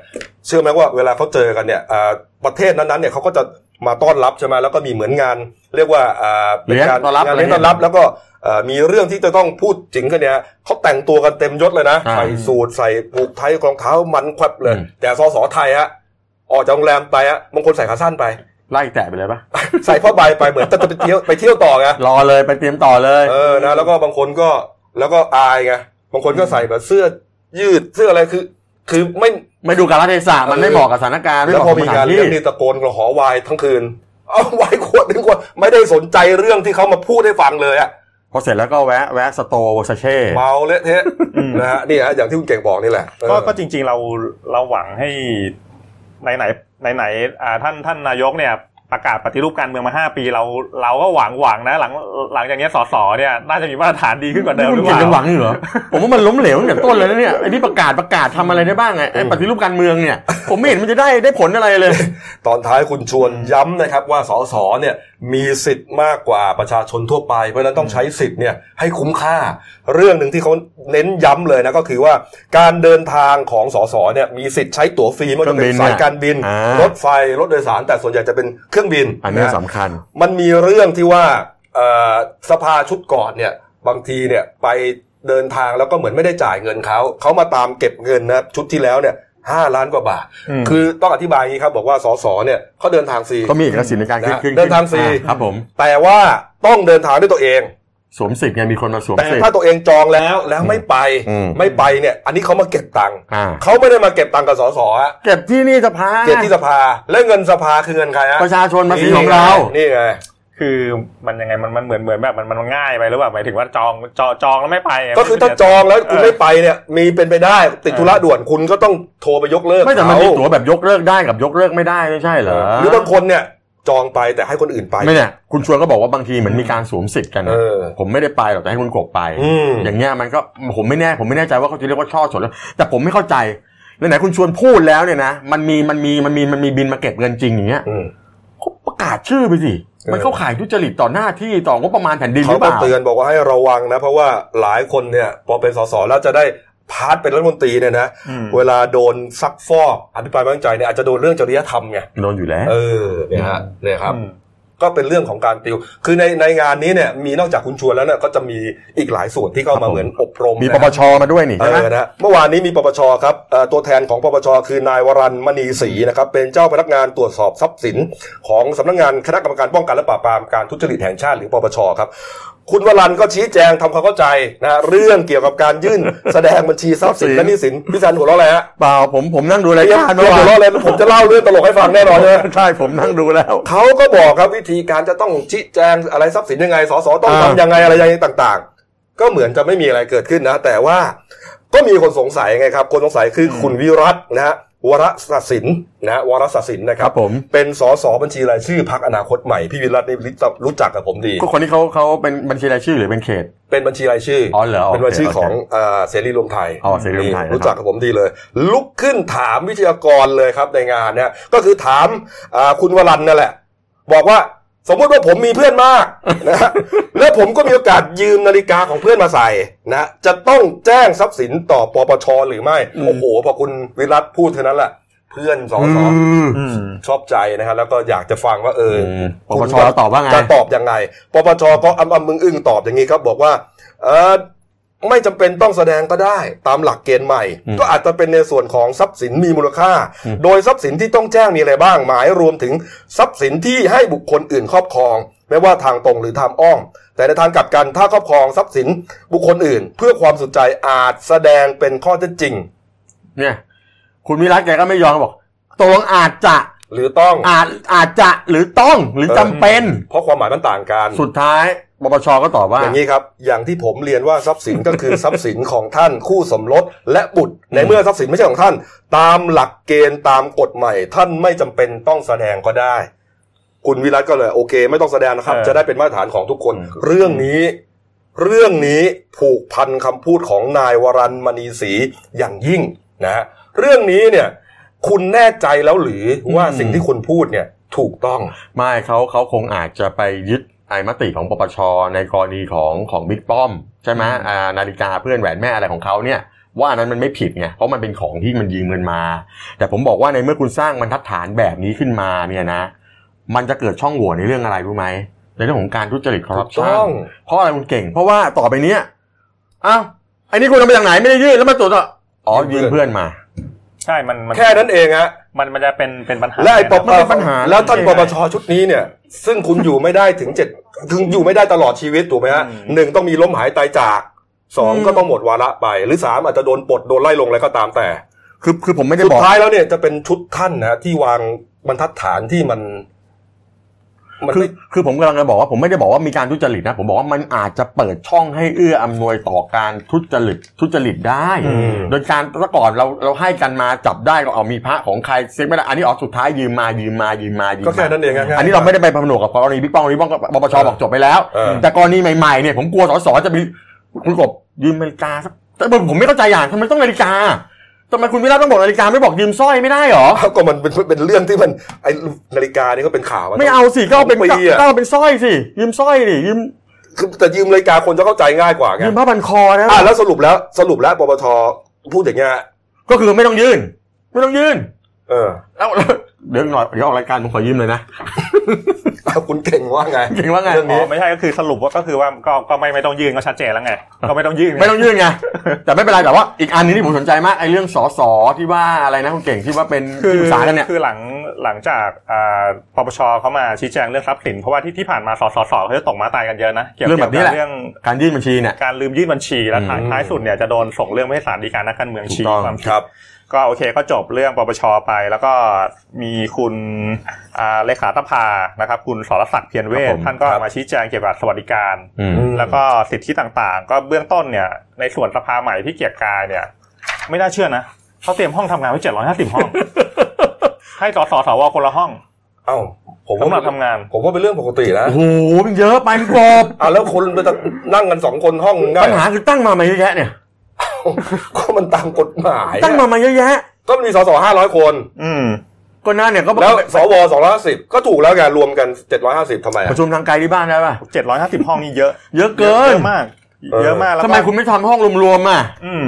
A: เชื่อไหมว่าเวลาเขาเจอกันเนี่ยอ่าประเทศนั้นๆเนี่ยเขาก็จะมาต้อนรับใช่ไหมแล้วก็มีเหมือนงาน เรียกว่าอ่าป็การ
B: เลี้ยงต้อนรับ
A: งานเลี้ยงต้อนรับ แล้วก็เอ่อมีเรื่องที่จะต้องพูดถึงกันเนี่ยเขาแต่งตัวกันเต็มยศเลยนะ
B: อ่า
A: ใส่สูทใส่ผูกไทยรองเท้ามันควับเลย
B: อืม
A: แต่สสไทยฮะออกจากโรงแรมไปฮะบางคนใส่ขาสั้นไป
B: ไล่แตะไปเลยปะ
A: ใส่ผ้าใบไปเหมือนจะไปเที่ยวไปเที่ยวต่อไง
B: รอเลยไปเตรียมต่อเลย
A: เออนะแล้วก็บางคนก็แล้วก็อายไงบางคนก็ใส่แบบเสื้อยืดเสื้ออะไรคือ คือไม่
B: ไม่ดูการรัเทศะมันไม่
A: เออ
B: เหมาะกับสถานการณ์ไม่
A: แล้ว
B: เหมาะ
A: พอ
B: กับ
A: มี
B: สถา
A: การ
B: น
A: เลี้ย
B: ที่
A: งนี่ตะโกนกระหอวายทั้งคืนเอาวายขวดหนึ่งขวดไม่ได้สนใจเรื่องที่เขามาพูดให้ฟังเลยอะ
B: พอเสร็จแล้วก็แวะแวะสโตร์วอชเช่
A: เมาเละเทะนะฮะนี่ฮะอย่างที่คุณเก่งบอกนี่แหละ
C: ก็
A: เออ
C: ก็จริงๆเราเราหวังให้ไหนไหนไหนไหนๆอ่าท่านท่านนายกเนี่ย ประกาศปฏิรูปการเมืองมา 5 ปีเราเราก็หวังหวังนะ หลังหลังจากเนี้ยสสเนี่ยน่าจะมีมาตรฐานดีขึ้นกว่าเดิมหรือเป
B: คุณ
C: ล่า
B: ยังหวังอยู่เหรอ ผมว่ามันล้มเหลวตั้งแต่ต้นเลยนะเนี่ยไอ้นี่ประกาศประกาศทำอะไรได้บ้างไงไอ้ปฏิรูปการเมืองเนี่ย ผมไม่เห็นมันจะได้ได้ผลอะไรเลย
A: ตอนท้ายคุณชวนย้ำนะครับว่าสสเนี่ยมีสิทธิ์มากกว่าประชาชนทั่วไป เพราะฉะนั้นต้องใช้สิทธิ์เนี่ยให้คุ้มค่า เรื่องหนึ่งที่เขาเน้นย้ำเลยนะก็คือว่าการเดินทางของสสเนี่ยมีสิทธิ์ใช้ตั๋วฟรีไม่ว่าจะเป็น
B: เครื่องบิน
A: สายการบิน
B: อ่า
A: รถไฟรถโดยสาร แต่ส่วนใหญ่จะเป็นเครื่องบิน
B: อันเนี้ย
A: ะ
B: สำคัญ
A: มันมีเรื่องที่ว่าเอ่อสภาชุดก่อนเนี่ยบางทีเนี่ยไปเดินทางแล้วก็เหมือนไม่ได้จ่ายเงินเขาเขามาตามเก็บเงินนะครับชุดที่แล้วเนี่ยห้าล้านกว่าบาท
C: อืม
A: คือต้องอธิบายอย่างนี้ครับบอกว่าสสเนี่ยเขาเดินทางฟรี
B: ก็มีเอกสิทธิ์ในการขึ้น
A: นะ
B: เครื่อง
A: เดินทางฟรี
B: อ่ครับผม
A: แต่ว่าต้องเดินทางด้วยตัวเอง
B: สวมสิทธิ์ไงมีคนมาสวม
A: แต่
B: สิท
A: ถ้า
B: ธิ์
A: ตัวเองจองแล้วแล้วไม่ไป
B: อืม
A: ไม่ไปเนี่ยอันนี้เขามาเก็บตังค์
B: อ่า
A: เขาไม่ได้มาเก็บตังค์กับสสฮะ
B: เก็บที่นี่สภา
A: เก็บที่สภาและเงินสภาคือเงินใครฮะ
B: ประชาชนภาษีของเรา
A: นี่ไง
C: คือมันยังไงมันมันเหมือนเหมือนแบบมันมันง่ายไปหรือเปล่าหมายถึงว่าจองจองจองแล้วไม่ไป
A: ก็คือถ้าจองแล้วคุณไม่ไปเนี่ยมีเป็นไปได้ติดธุระด่วนคุณก็ต้องโทรไปยกเลิก
B: ไม่แต่มัน
A: เขา
B: มีตั๋วแบบยกเลิกได้กับยกเลิกไม่ได้ไม่ใช่เหรอ
A: หรือบางคนเนี่ยจองไปแต่ให้คนอื่นไป
B: ไม่เนี่ยคุณชวนก็บอกว่าบางทีเหมือนมีการสวมสิทธิ์กันนะ
A: เออ
B: ผมไม่ได้ไปหรอกแต่ให้คุณกบไป
A: อืม
B: อย่างเงี้ยมันก็ผมไม่แน่ผมไม่แน่ใจว่าเขาจะเรียกว่าช่อฉนแล้วแต่ผมไม่เข้าใจแล้วไหนคุณชวนพูดแล้วเนี่ยนะมันมีมันมีมันมีมันมีบินมาเก็บเงินจริงอย่างเงี้ย
A: อืม
B: เขาประกาศชื่อไปสิ
A: เออ
B: มันเข้าข่ายทุจริตต่อหน้าที่ต่องบประมาณแผ่นดินห
A: เขา
B: รือเป
A: ก็
B: ล่า
A: เตือนบอกว่าให้ระวังนะ เพราะว่าหลายคนเนี่ยพอเป็นสสแล้วจะได้พาร์ทเป็นรัฐมนตรีเนี่ยนะ
C: อืม
A: เวลาโดนซักฟอกอภิปรายไม่ไว้วางใจเนี่ยอาจจะโดนเรื่องจริยธรรมไง
B: โดนอยู่แล้ว
A: เออเนี่ยฮะเนี่ยครับ
C: อืม
A: ก็เป็นเรื่องของการติว คือในในงานนี้เนี่ยมีนอกจากคุณชวนแล้วเนี่ยก็จะมีอีกหลายส่วนที่เข้า
B: ครั
A: มา
B: บผม
A: เหมือนอบรม
B: มี
A: นะ
B: ป
A: ฮะ
B: ปชมาด้วยนี่
A: เอ
B: ใช่ไหม
A: อนะเมื่อวานนี้มีปปชครับเอ่อตัวแทนของปปชคือ นายวรันมณีศรีนะครับ เป็นเจ้าพนักงานตรวจสอบทรัพย์สิน ของสำนักงานคณะกรรมการป้องกันและปราบปรามการทุจริตแห่งชาติหรือปปชครับ คุณวรันก็ชี้แจงทำความเข้าใจนะเรื่องเกี่ยวกับการยื่น แสดงบัญชีทรัพย์สิน
B: ทรัพ
A: และ
B: ย์สิน
A: หนี้สินพี่สันหัวเราะอะไรฮะ
B: เปล่าผมผมนั่งดูราย
A: เรียก
B: การ
A: เรียกหัวเราะเลยผมจะเล่าเรื่องตลกให้ฟังแน่นอนใช่ไหม
B: ใช่ผมนั่งดูแล้ว
A: เขาก็บอกครับวิธีการจะต้องชี้แจงอะไรทรัพย์สินยังไงสสต้องทำยังไงอะไรยังไงต่าง ๆ ก็เหมือนจะไม่มีอะไรเกิดขึ้นนะ แต่ว่า ก็มีคนสงสัยไงครับ คนสงสัยคือคุณวิรัตน์นะฮะวรศศินนะฮะวรศศินนะค
B: ค
A: รั
B: รั
A: บบ
B: ผม
A: เป็นสสบัญชีรายชื่อพักอนาคตใหม่ พี่วิรัตน์นี่รู้จักกับผมดี
B: ก็คนที่เขาเขาเป็นบัญชีรายชื่อหรือเป็นเขต
A: เป็นบัญชีรายชื่อ
B: อเหรอโอเค
A: เป็นบัญชีของ
B: โอเค
A: เอ่อเสรีรวมไทย
B: อ๋อเสรีรวมไทยนะครับ
A: รู้จักกับผมดีเลย ลุกขึ้นถามวิทยากรเลยครับในงานเนี่ยก็คือถามอ่าคุณวรันต์นั่นแหละ บอกว่าสมมติว่าผมมีเพื่อนมากนะ ฮะ แล้วผมก็มีโอกาสยืมนาฬิกาของเพื่อนมาใส่นะจะต้องแจ้งทรัพย์สินต่อปปชหรือไม่โอ้โหพอคุณวิรัตพูดเท่านั้นแหละเพื่อนสองสอง
B: ม
C: อืม
A: ชอบใจนะฮะแล้วก็อยากจะฟังว่าเออ
B: อืม
A: คุณ
B: ปปชตอบว่าไง
A: จะตอบยังไงปปชก็อำอำมึงอึ้งตอบอย่างนี้ครับบอกว่าเออไม่จำเป็นต้องแสดงก็ได้ ตามหลักเกณฑ์ใหม่ ก็อาจจะเป็นในส่วนของทรัพย์สินมีมูลค่า โดยทรัพย์สินที่ต้องแจ้งมีอะไรบ้างหมายรวมถึงทรัพย์สินที่ให้บุคคลอื่นครอบครอง ไม่ว่าทางตรงหรือทางอ้อม แต่ในทางกลับกันถ้าครอบครองทรัพย์สินบุคคลอื่น เพื่อความสุขใจอาจแสดงเป็นข้อเท็จจริง
B: เนี่ย คุณวิรัตแกก็ไม่ยอมบอกตกลงอาจจะ
A: หรือต้อง
B: อาจอาจจะหรือต้องหรือจำเป็น
A: เพราะความหมายมันต่างกัน
B: สุดท้ายปปชก็ตอบว่า
A: อย่างนี้ครับ อย่างที่ผมเรียนว่าทรัพย์สินก็คือ ทรัพย์สินของท่านคู่สมรสและบุตร ในเมื่อทรัพย์สินไม่ใช่ของท่าน ตามหลักเกณฑ์ตามกฎใหม่ ท่านไม่จำเป็นต้องแสดงก็ได้ คุณวิรัตก็เลย โอเค ไม่ต้องแสดงนะครับ
C: เออ
A: จะได้เป็นมาตรฐานของทุกคน เรื่องนี้ เรื่องนี้ผูกพันคำพูดของนายวรันมณีศรีอย่างยิ่งนะฮะเรื่องนี้เนี่ย คุณแน่ใจแล้วหรือว่าสิ่งที่คุณพูดเนี่ย ถูกต้อง
B: ไม่เขาเขาคงอาจจะไปยึดไอ้มติของปปชในกรณีของของบิ๊กป้อม ใช่ไหมอ่านาฬิกาเพื่อนแหวนแม่อะไรของเขาเนี่ยว่าอันนั้นมันไม่ผิดไงเพราะมันเป็นของที่มันยืมเงินมา แต่ผมบอกว่าในเมื่อคุณสร้างบรรทัดฐานแบบนี้ขึ้นมาเนี่ยนะ มันจะเกิดช่องโหว่ในเรื่องอะไรรู้ไหมในเรื่องของการทุจริตคอร์รัป
A: ถูก
B: ชั
A: ต้
B: น
A: อง
B: เพราะอะไรคุณเก่ง เพราะว่าต่อไปเนี้ยอ้าวไอ้นี่คุณเอามาจากไหนไม่ได้ยื่นแล้วมาตรวจสอบอ๋อยืมเพื่อนมา
C: ใช่มันมัน
A: แค่นั้นเองฮะ
C: มันมันจะเป็นเป็นปัญหา
A: และไอ้ปป
B: มันเป็นปัญหา
A: แล้วท่านป
B: ใช่ไหม
A: ปชชุดนี้เนี่ย ซึ่งคุณอยู่ไม่ได้ถึงเจ็ดถึงอยู่ไม่ได้ตลอดชีวิตถูกไหมฮะหนึ่งต้องมีล้มหายตายจากสองก็ต้องหมดวาระไป หรือสามอาจจะโดนปลดโดนไล่ลงอะไรก็ตามแต่
B: คือคือผมไม่ได้
A: สุด
B: บอก
A: ท้ายแล้วเนี่ยจะเป็นชุดท่านนะที่วางบรรทัดฐานที่มัน มัน
B: คือ
A: ไม่
B: คือผมกำลังจะบอกว่าผมไม่ได้บอกว่ามีการทุจริตนะ ผมบอกว่ามันอาจจะเปิดช่องให้เอื้ออำนวยต่อการทุจริตทุจริตได้
A: อืม
B: โดยการแต่ก่อนเราเราให้กันมาจับได้ก็เอามีพระของใครเซ็กไม่ได้อันนี้ออกสุดท้ายยืมมายืมมายืมมายืม
A: ก็แค่
B: มา
A: นั้นเองง่ายๆ
B: อันนี้เราไม่ได้ไปพำนวกกับกรณีบิ๊กป้องบิ๊กป้องก็ปปชบอกจบไปแล้ว
A: เออ
B: แต่กรณีใหม่ๆเนี่ยผมกลัวสสจะไปคุณกบยืมนาฬิกาสักแต่ผมไม่เข้าใจอย่างทำไมต้องนาฬิกาทำไมคุณวิรัตต้องบอกนาฬิกาไม่บอกยืมสร้อยไม่ได้เหรอ
A: เอา ก็มันเป็นเป็นเรื่องที่มันไอ้นาฬิกานี่ก็เป็นข่าว
B: ไม่เอาสิก็เอาเป็น
A: ปีอะ
B: ก็เอาเป็นสร้อยสิยืมสร้อยดิยืม
A: คือแต่ยืมนาฬิกาคนจะเข้าใจง่ายกว่าไง
B: ยืมผ้าพันคอนะ
A: อ่ะแล้วสรุปแล้วสรุปแล้วปปทพูดอย่างเงี้ย
B: ก็คือไม่ต้องยื่นไม่ต้องยื่น
A: เออ
B: แล้วเดี๋ยวหน่อยเดี๋ยวออกรายการผมขอยืมเลยนะ
A: อ่ะคุณเก่งว่าไง
B: เก่งว่าไง
A: เรื่องนี้
C: อ๋อไม่ใช่ก็คือสรุปว่าก็คือว่าก็ก็ไม่ไม่ต้องยื่นก็ชัดเจนแล้วไงก็ไม่ต้องยื่น
B: ไม่ต้องยื่นไงแต่ไม่เป็นไรแต่ว่าอีกอันหนึงที่ผมสนใจมากไอ้เรื่องสอสอที่ว่าอะไรนะคุณเก่งที่ว่าเป็น
C: คือ
B: ที่ปรึกษากันเนี่ย
C: คือหลังหลังจากอ่าปปชเขามาชี้แจงเรื่องทรัพย์สินเพราะว่าที่ที่ผ่านมาสสสเขาจะตกมาตายกันเยอะนะเกี่ยว
B: เรื่องแบ
C: กับบ
B: นี้แหละ
C: เรื่อง
B: การยื่นบัญชีเนี่ย
C: การลืมยื่นบัญชีแล้วท้าย
A: อืม
C: ท้ายสุดเนี่ยจะโดนส่งเรื่องไปให้ศาลฎีกานักการเมืองชี้
B: ถูกต้อง
C: ความ
A: ค
C: ผิด
A: รับ
C: ก็โอเคก็จบเรื่องปปชไป แล้วก็มีคุณอ่าเลขาตภานะครับ คุณสรศักดิ์เพียรเว
B: ครั
C: ท
B: บผม
C: ท่านก็
A: ครับ
C: มาชี้แจงเกี่ยวกับสวัสดิการ
B: อืม
C: แล้วก็สิทธิต่างๆ ก็เบื้องต้นเนี่ยในส่วนสภาใหม่ที่เกียรติกายเนี่ย ไม่น่าเชื่อนะเขาเตรียมห้องทำงานไว้เจ็ดร้อยห้าสิบ ห้อง ให้สสสวคนละห้อง
A: เอ้าผม
C: สำหรั
A: ว่า
C: บทำงาน
A: ผมว่าเป็นเรื่องปกตินะ
B: โอ้โหมันเยอะไปมันกรอบ
A: อ่ะแล้วคนมันจะนั่งกันสองคนห้องได้
B: ปัญหาคือตั้งมาใหม่เยอะแยะเนี่ย
A: ก็มันตามกฎหมาย
B: ตั้งมาใหม่เยอะแยะ
A: ก็มีสสห้าร้อยคน
C: อืม
B: ก็น่าเนี่ยก็บอก
A: แล้วสวสองร้อยสิบก็ถูกแล้วไงรวมกันเจ็ดร้อยห้าสิบทำไม
B: ป
A: อ่ะ
B: ระชุมทางไกลที่บ้านได้ป่ะ
C: เจ็ดร้อยห้าสิบห้องนี่เยอะ
B: เยอะเกิ
C: เย
B: น
C: อะมาก
A: เออ
C: เยอะมากแล้วก็
B: ทำไมคุณไม่ทำห้องรวมๆอ่ะ
C: อืม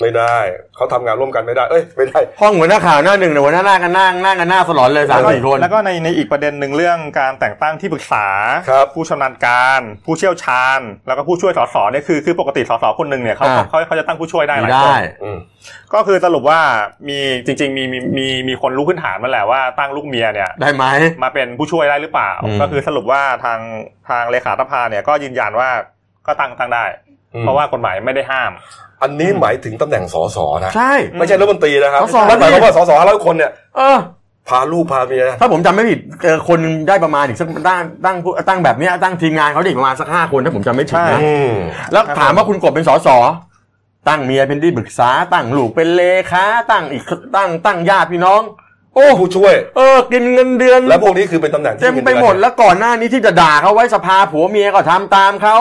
A: ไม่ได้ เขาทำงานร่วมกันไม่ได้ เอ้ยไม่ได้
B: ห้องหัวหน้าข่าวหน้าหนึ่งเนี่ยหัวหน้าหน้ากันหน้าหน้ากันหน้าสลอนเลยสาม
C: แล้วก็
B: สี่คน
C: แล้วก็ในในอีกประเด็นหนึ่งเรื่องการแต่งตั้งที่ปรึกษา
A: ครับ
C: ผู้ชำนาญการ ผู้เชี่ยวชาญ แล้วก็ผู้ช่วยสสเนี่ยคือคือปกติสสคนหนึ่งเนี่ยเขาเขาเขาเขาจะตั้งผู้ช่วยได้หลายค
B: ได้
C: น
A: อืม
C: ก็คือสรุปว่ามีจริง ๆ มีมีมีมีคนรู้ขึ้นฐานมาแหละว่าตั้งลูกเมียเนี่ย
B: ได้ไหม
C: มาเป็นผู้ช่วยได้หรือเปล่า
B: อืม
C: ก็คือสรุปว่าทางทางเลขาธิการเนี่ยก็ยืนยันว่าก็ตั้งตั้งได้
A: อืม
C: เพราะว่ากฎหมายไม่ได้ห้าม
A: อันนี้หมายถึงตำแหน่งสสนะ
B: ใช่
A: ไม่ใช่รัฐมนตรีนะครับ
B: สส
A: นั่นหมายความว่าสสห้าร้อยคนเนี่ย
B: เออ
A: พาลูกพาเมีย
B: ถ้าผมจำไม่ผิดเออคนหนึ่งได้ประมาณอีกสักตั้งตั้งผู้ตั้งแบบเนี้ยตั้งทีมงานเขาเด็กประมาณสักห้าคนถ้าผมจำไม่ผิด
C: ใช่
B: นะ
A: อืม
B: แล้วถามว่าคุณกบเป็นสสตั้งเมียเป็นที่ปรึกษาตั้งลูกเป็นเลขาตั้งอีกตั้งตั้งญาติพี่น้อง โอ้
A: ผู้ช่วย
B: เออกินเงินเดือน
A: และพวกนี้คือเป็นตำแหน่งที่
B: เต็มไปหมดแล้วก่อนหน้านี้ที่จะด่าเขาไว้สภาผัวเมียก็ทำตามเขา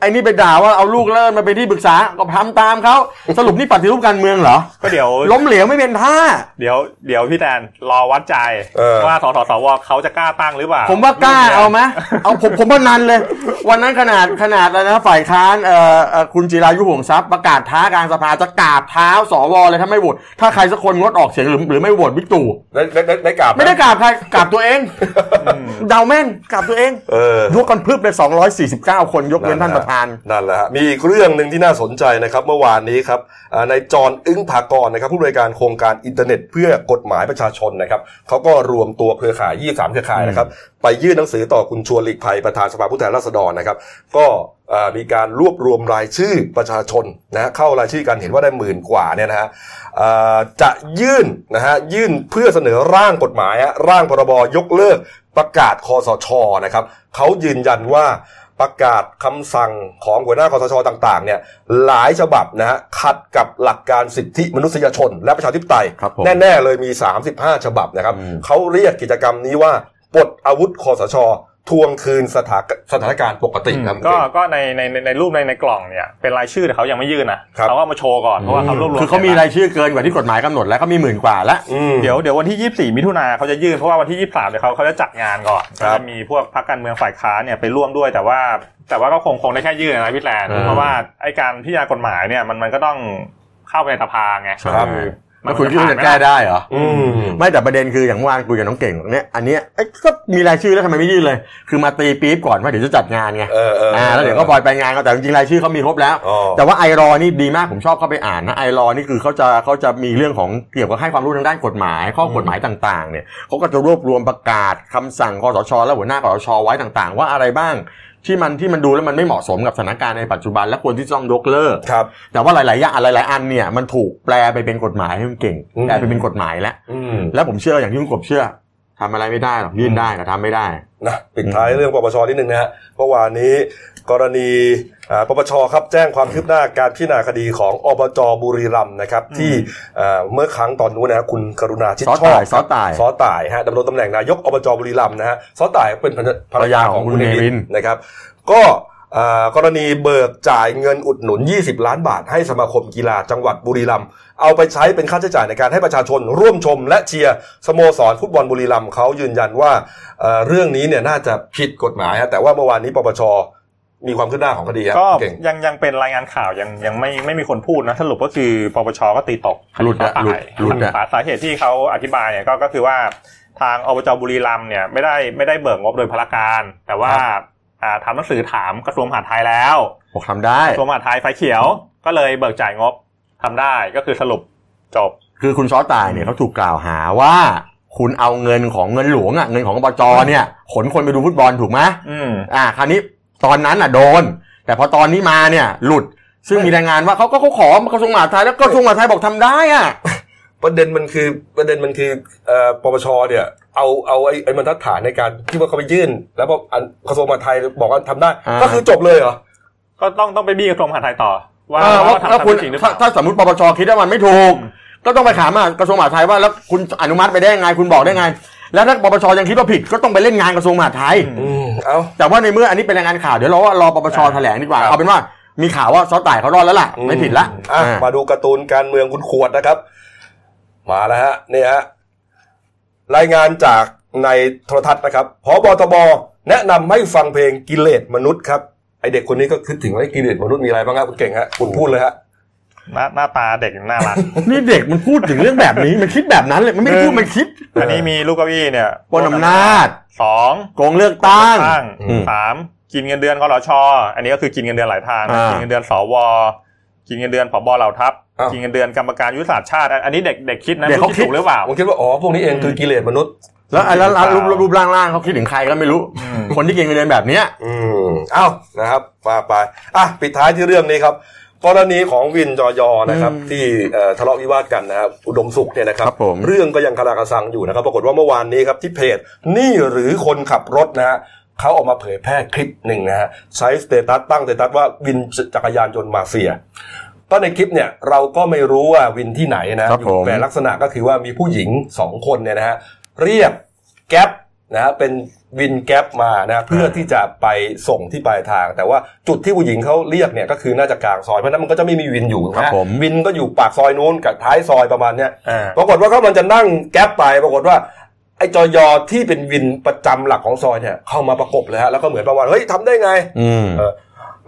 B: ไอ้นี่ไปด่าว่าเอาลูกเลิศมาเป็นที่ปรึกษาก็ทำตามเขาสรุปนี่ปฏิรูปการเมืองเหรอ
C: ก็เดี๋ยว
B: ล้มเหลวไม่เป็นท่า
C: เดี๋ยวเดี๋ยวพี่แดนรอวัดใจ
A: เออ
C: ว่าสสสวเขาจะกล้าตั้งหรือเปล่า
B: ผมว่ากล้าเอาไหมเอาผมผมว่านันเลย วันนั้นขนาดขนาดอะไรนะฝ่ายค้านเอ่อเอ่อคุณจิรายุห่วงทรัพย์ประกาศท้ากลางสภาจะกราบเท้าสวเลยถ้าไม่โหวตถ้าใครสักคนงดออกเสียงหรือหรือไม่โหวตบิ๊กตู่
A: ได้ได้ได้ได้กราบนะ
B: ไม่ได้กราบใครกราบตัวเองเดาแม่นกราบตัวเอง
A: เออ
B: ยกกันพรึบเลย249 คนยกเว้นท่านประธาน
A: นั่นแหละฮะมีอีกเรื่องหนึ่งที่น่าสนใจนะครับเมื่อวานนี้ครับอ่าในายจอห์นอึ้งภากรนะครับผู้บริการโครงการอินเทอร์เน็ตเพื่อกฎหมายประชาชนนะครับเขาก็รวมตัวเครือข่าย 23 เครือข่ายนะครับไปยื่นหนังสือต่อคุณชวนหลีกภัยประธานสภาผู้แทนราษฎรนะครับก็อ่ามีการรวบรวมรายชื่อประชาชนนะฮะเข้ารายชื่อกันเห็นว่าได้หมื่นกว่าเนี่ยนะฮะอ่าจะยื่นนะฮะยื่นเพื่อเสนอร่างกฎหมายฮะร่างพรบยกเลิกประกาศคอสชนะครับเขายืนยันว่า ประกาศคำสั่งของหัวหน้าคอสชต่างๆเนี่ยหลายฉบับนะฮะขัดกับหลักการสิทธิมนุษยชน และประชาธิปไตย
B: ครับผม
A: แน่ ๆ เลยมี 35 ฉบับนะครับ
B: อืม
A: เขาเรียกกิจกรรมนี้ว่าปลดอาวุธคอสช ทวงคืนสถาสถานการณ์ปกติครับ
C: ก็ก็ในในในในรูปในในกล่องเนี่ยเป็นรายชื่อแต่เขายังไม่ยื่นนะครับ เขาก็มาโชว์ก่อนเพราะว่าเขารวบรวม
B: คือเขามีรายชื่อเกินกว่าที่กฎหมายกำหนดแล้วก็มีหมื่นกว่าแล้ว
A: อืม
C: เดี๋ยวเดี๋ยววันที่ 24 มิถุนาเขาจะยื่นเพราะว่าวันที่ 23เนี่ยเขาเขาจะจัดงานก่อน
A: ครับ
C: จะมีพวกพรรคการเมืองฝ่ายค้านเนี่ยไปร่วมด้วย แต่ว่าแต่ว่าก็คงคงได้แค่ยื่นนะพี่แลน
B: เออ
C: เพราะว่าไอการพิจารณากฎหมายเนี่ยมันมันก็ต้องเข้าไปในสภาไง
A: ครับ
C: อ
B: แล้วคุณคิดว่าจะแก้ได้เหรอ
A: อืม
B: ไม่แต่ประเด็นคืออย่างเมื่อวานคุยกับน้องเก่งบอกเนี่ยอันเนี้ยเอ้ยก็มีรายชื่อแล้วทำไมไม่ยื่นเลย คือมาตีปี๊บก่อนว่าเดี๋ยวจะจัดงานไง
A: เออเออ
B: อ่าแล้วเดี๋ยวก็ปล่อยไปงานก็แต่จริงๆรายชื่อเขามีครบแล้ว
A: อ๋อ
B: แต่ว่าไอรอนี่ดีมากผมชอบเข้าไปอ่านนะไอรอนี่คือเขาจะเขาจะมีเรื่องของเกี่ยวกับให้ความรู้ทางด้านกฎหมาย ข้อกฎหมายต่างๆเนี่ยเขาก็จะรวบรวมประกาศคำสั่งคอสชและหัวหน้าคอสชไว้ต่างๆ ว่าอะไรบ้างที่มันที่มันดูแล้วมันไม่เหมาะสมกับสถานการณ์ในปัจจุบันและควรที่จะต้องยกเลิก
A: ครับ
B: แต่ว่าหลายๆอย่างหลายๆอันเนี่ยมันถูกแปลไปเป็นกฎหมายให้มันเก่ง
A: อืม
B: แปลไปเป็นกฎหมายแล้ว
A: อืม
B: แล้วผมเชื่ออย่างที่คุณกบเชื่อ ทำอะไรไม่ได้หรอกยื่นได้แต่ทำไม่ได้
A: นะปิดท้ายเรื่องปปชนิดนึงนะฮะเมื่อวานนี้กรณีอ่าปปชครับแจ้งความคืบหน้าการพิจารณาคดีของอบจบุรีรัมย์นะครับ
C: อืม
A: ที่อ่าเมื่อครั้งตอนนู้นนะฮะคุณกรุณาชิด
B: ซอ
A: ชอบ
B: ต่ายซอต่าย
A: ซอต่ายฮะดำรงตำแหน่งนายกอบจบุรีรัมย์นะฮะซอต่ายเป็นภรรยาของคุณเนวินนะครับ ก็อ่ากรณีเบิกจ่ายเงินอุดหนุน 20 ล้านบาท ให้สมาคมกีฬาจังหวัดบุรีรัมย์เอาไปใช้เป็นค่าใช้จ่ายในการให้ประชาชนร่วมชม และเชียร์สโมสรฟุตบอลบุรีรัมย์เขายืนยันว่า เอ่อเรื่องนี้เนี่ยน่าจะผิดกฎหมายฮะแต่ว่าเมื่อวานนี้ปปชมีความคืบหน้าของคดีครับ
C: ก็
A: เก่ง
C: ยังยังเป็นรายงานข่าวยังยังไม่ไม่มีคนพูดนะสรุปก็คือปปชก็ตีตก
B: หลุดอะ
C: ตาย
B: หลุดหลุดอะ
C: สาสาเหตุที่เขาอธิบายเนี่ยก็ก็คือว่าทางอบจบุรีรัมย์เนี่ยไม่ได้ไม่ได้เบิกงบโดยพลการ แต่ว่าอ่าทำหนังสือถามกระทรวงมหาดไทยแล้ว
B: บอกทำได้
C: กระทรวงมหาดไทยไฟเขียว ก็เลยเบิกจ่ายงบทำได้ก็คือสรุปจบ
B: คือคุณซอต่ายเนี่ยเขาถูกกล่าวหาว่า คุณเอาเงินของเงินหลวงอ่ะเงินของอบจเนี่ย ขนคนไปดูฟุตบอลถูกไหม
C: อืม
B: อ่าคราวนี้ตอนนั้นอ่ะโดน แต่พอตอนนี้มาเนี่ย หลุดซึ่งมีรายงานว่าเขาก็เขาขอกระทรวงมหาดไทยแล้วก็กระทรวงมหาดไทยบอกทำได้อ่ะ
A: ประเด็นมันคือประเด็นมันคือเอ่อปปชเนี่ยเอาเอาไอ้ไอ้บรรทัดฐานในการที่ว่าเขาไปยื่น แล้วพออันกระทรวงมหาดไทยบอกว่าทำได้
B: อ่า
A: ก็คือจบเลยเหรอ
C: ก็ต้องต้องไปบี้กระทรวงมหาดไทยต่อ ว่า
B: เออว่า
C: ว่าทำ
B: ถ้าคุณ
C: ทำจริงหรือเป
B: ถ้า
C: ล่า
B: ถ้าสมมติปปชคิดว่ามันไม่ถูก
C: อืม
B: ก็ต้องไปถามอ่ะกระทรวงมหาดไทยว่าแล้วคุณอนุมัติไปได้ยังไงคุณบอกได้ยังไง แล้วถ้าปปชยังคิดว่าผิดก็ต้องไปเล่นงานกระทรวงมหาดไทย
A: อืมเอา
B: แต่ว่าในเมื่ออันนี้เป็นรายงานข่าวเดี๋ยวเราว่ารอปปชแถลงดีกว่าเอาเป็นว่ามีข่าวว่าซอต่ายเขารอดแล้วล่ะไม่ผิดละ
A: อ่ะ
B: อ่า
A: มาดูการ์ตูนการเมืองคุณขวดนะครับ มาแล้วฮะนี่ฮะรายงานจากในโทรทัศน์นะครับพบทบแนะนำให้ฟังเพลงกิเลสมนุษย์ครับไอเด็กคนนี้ก็คิดถึงว่าไอ้กิเลสมนุษย์มีอะไรบ้างครับคุณเก่งฮะคุณพูดเลยฮะ
C: หน้าหน้าตาเด็กน่ารัก
B: นี่เด็กมันพูดถึงเรื่องแบบนี้ มันคิดแบบนั้นเลยมันไม่ได้พูดมันคิด
C: อันนี้มีลูกเก้าอี้เนี่ย
B: ปนอำนาจ
C: สอง
B: โกงเลือกตั้ง
C: ตั้ง
B: อืม
C: สามกินเงินเดือนกรชอันนี้ก็คือกินเงินเดือนหลายทางนะ
B: อ่า
C: กินเงินเดือนสวกินเงินเดือนผบเหล่าทัพ
A: อ้าว
C: กินเงินเดือนกรรมการยุทธศาสตร์ชาติอันอันนี้เด็กเด็กคิดนะ
B: เด็กเขา
C: ไม่รู้
B: คิด
C: ถูกหรือเปล่า
A: ผมคิดว่าอ๋อพวกนี้เองคือกิเลสมนุษย์
B: แล้วไอ้แล้วรูปรูปร่างๆเขาคิดถึงใครก็ไม่รู้
C: อืม
B: คนที่เก่งเงินเดือนแบบเนี้ย
A: อืมเอ้านะครับมาไปอ่ะปิดท้ายที่เรื่องนี้ครับ กรณีของวินจอยอนะครับ
B: อืม
A: ที่เอ่อทะเลาะวิวาทกันนะครับอุดมสุขเนี่ยนะครับ
B: ครับผม
A: เรื่องก็ยังคาราคาซังอยู่นะครับ ปรากฏว่าเมื่อวานนี้ครับที่เพจนี่หรือคนขับรถนะฮะเขาออกมาเผยแพร่คลิปหนึ่งนะฮะใช้สเตตัสตั้งสเตตัสว่าวินจักรยานยนต์มาเฟีย ก็ในคลิปเนี่ยเราก็ไม่รู้ว่าวินที่ไหนนะครับ
B: ผม
A: แต่ลักษณะก็คือว่ามีผู้หญิงสองคนเนี่ยนะฮะเรียกแก๊ปนะฮะเป็นวินแก๊ปมานะเพื่อที่จะไปส่งที่ปลายทาง แต่ว่าจุดที่ผู้หญิงเขาเรียกเนี่ยก็คือน่าจะกลางซอยเพราะฉะนั้นมันก็จะไม่มีวินอยู่
B: ครับ
A: นะ
B: ผม
A: วินก็อยู่ปากซอยนู้นกับท้ายซอยประมาณเนี้ย
C: อ่า
A: ปรากฏว่าเขามันจะนั่งแก๊ปไป ปรากฏว่าไอ้จอยอที่เป็นวินประจำหลักของซอยเนี่ยเข้ามาประกบเลยฮะแล้วก็เหมือนประมาณเฮ้ยทำได้ไง
B: อืม
A: เออ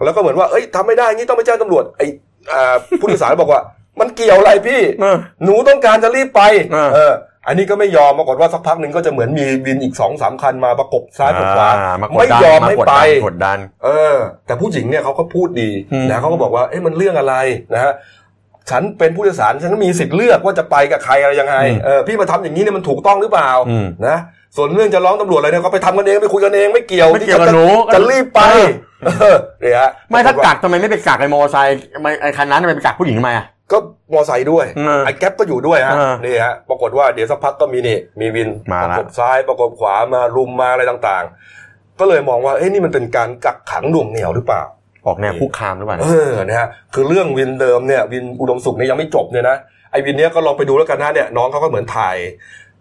A: แล้วก็เหมือนว่าเอ้ยทำไม่ได้งี้ต้องไปแจ้งตำรวจไอ้อ่าผู้โดยสารบอกว่า มันเกี่ยวอะไรพี่
B: เออ
A: หนูต้องการจะรีบไป
B: เออ
A: เออ อันนี้ก็ไม่ยอมปรากฏว่าสักพักหนึ่งก็จะเหมือนมีวินอีกสองสามคันมาประกบซ้ายประกบขวา
B: อ่ากด
A: ไม่
B: ดัน
A: ยอมให้
B: ากด
A: ไป
B: ดันกดดัน
A: เออ แต่ผู้หญิงเนี่ยเขาก็พูดดี
B: อืม
A: นะเขาก็บอกว่าเอ๊ะมันเรื่องอะไรนะฮะฉันเป็นผู้โดยสารฉันก็มีสิทธิ์เลือกว่าจะไปกับใครอะไรยังไงเออพี่มาทำอย่างนี้เนี่ยมันถูกต้องหรือเปล่า
B: อืม
A: นะส่วนเรื่องจะร้องตำรวจอะไรเนี่ยก็ไปทำกันเองไปคุยกันเองไม่เกี่ยว
B: ไม่เกี่ยวกับ
A: ที่จะ
B: หนู
A: จะรีบไป
B: เออ
A: เออเนี่ยฮะ
B: ไม่ถ้ากักทำไมไม่ไปกักไอ้มอเตอร์ไซค์ไอ้ไอ้คันนั้นทำไมไปกักผู้หญิงทำไมอ่ะ
A: ก็มอไซค์ด้วย
B: เออ
A: ไอ้แก๊ปก็อยู่ด้วยฮะ
B: เออ
A: นี่ฮะปรากฏว่าเดี๋ยวสักพักก็มีนี่มีวิน
B: มา
A: ประ
B: ละ
A: กบซ้ายประกบขวามารุมมาอะไรต่างๆ ก็เลยมองว่าเอ๊ะนี่มันเป็นการกักขังหน่วงเหนี่ยวหรือเปล่า
B: ออกแนวคุกคามหรือเปล่า
A: เออนะฮะคือเรื่องวินเดิมเนี่ยวินอุดมสุขเนี่ยยังไม่จบเนี่ยนะไอ้วินเนี้ยก็ลองไปดูแล้วกันนะเนี่ยน้องเขาก็เหมือนถ่าย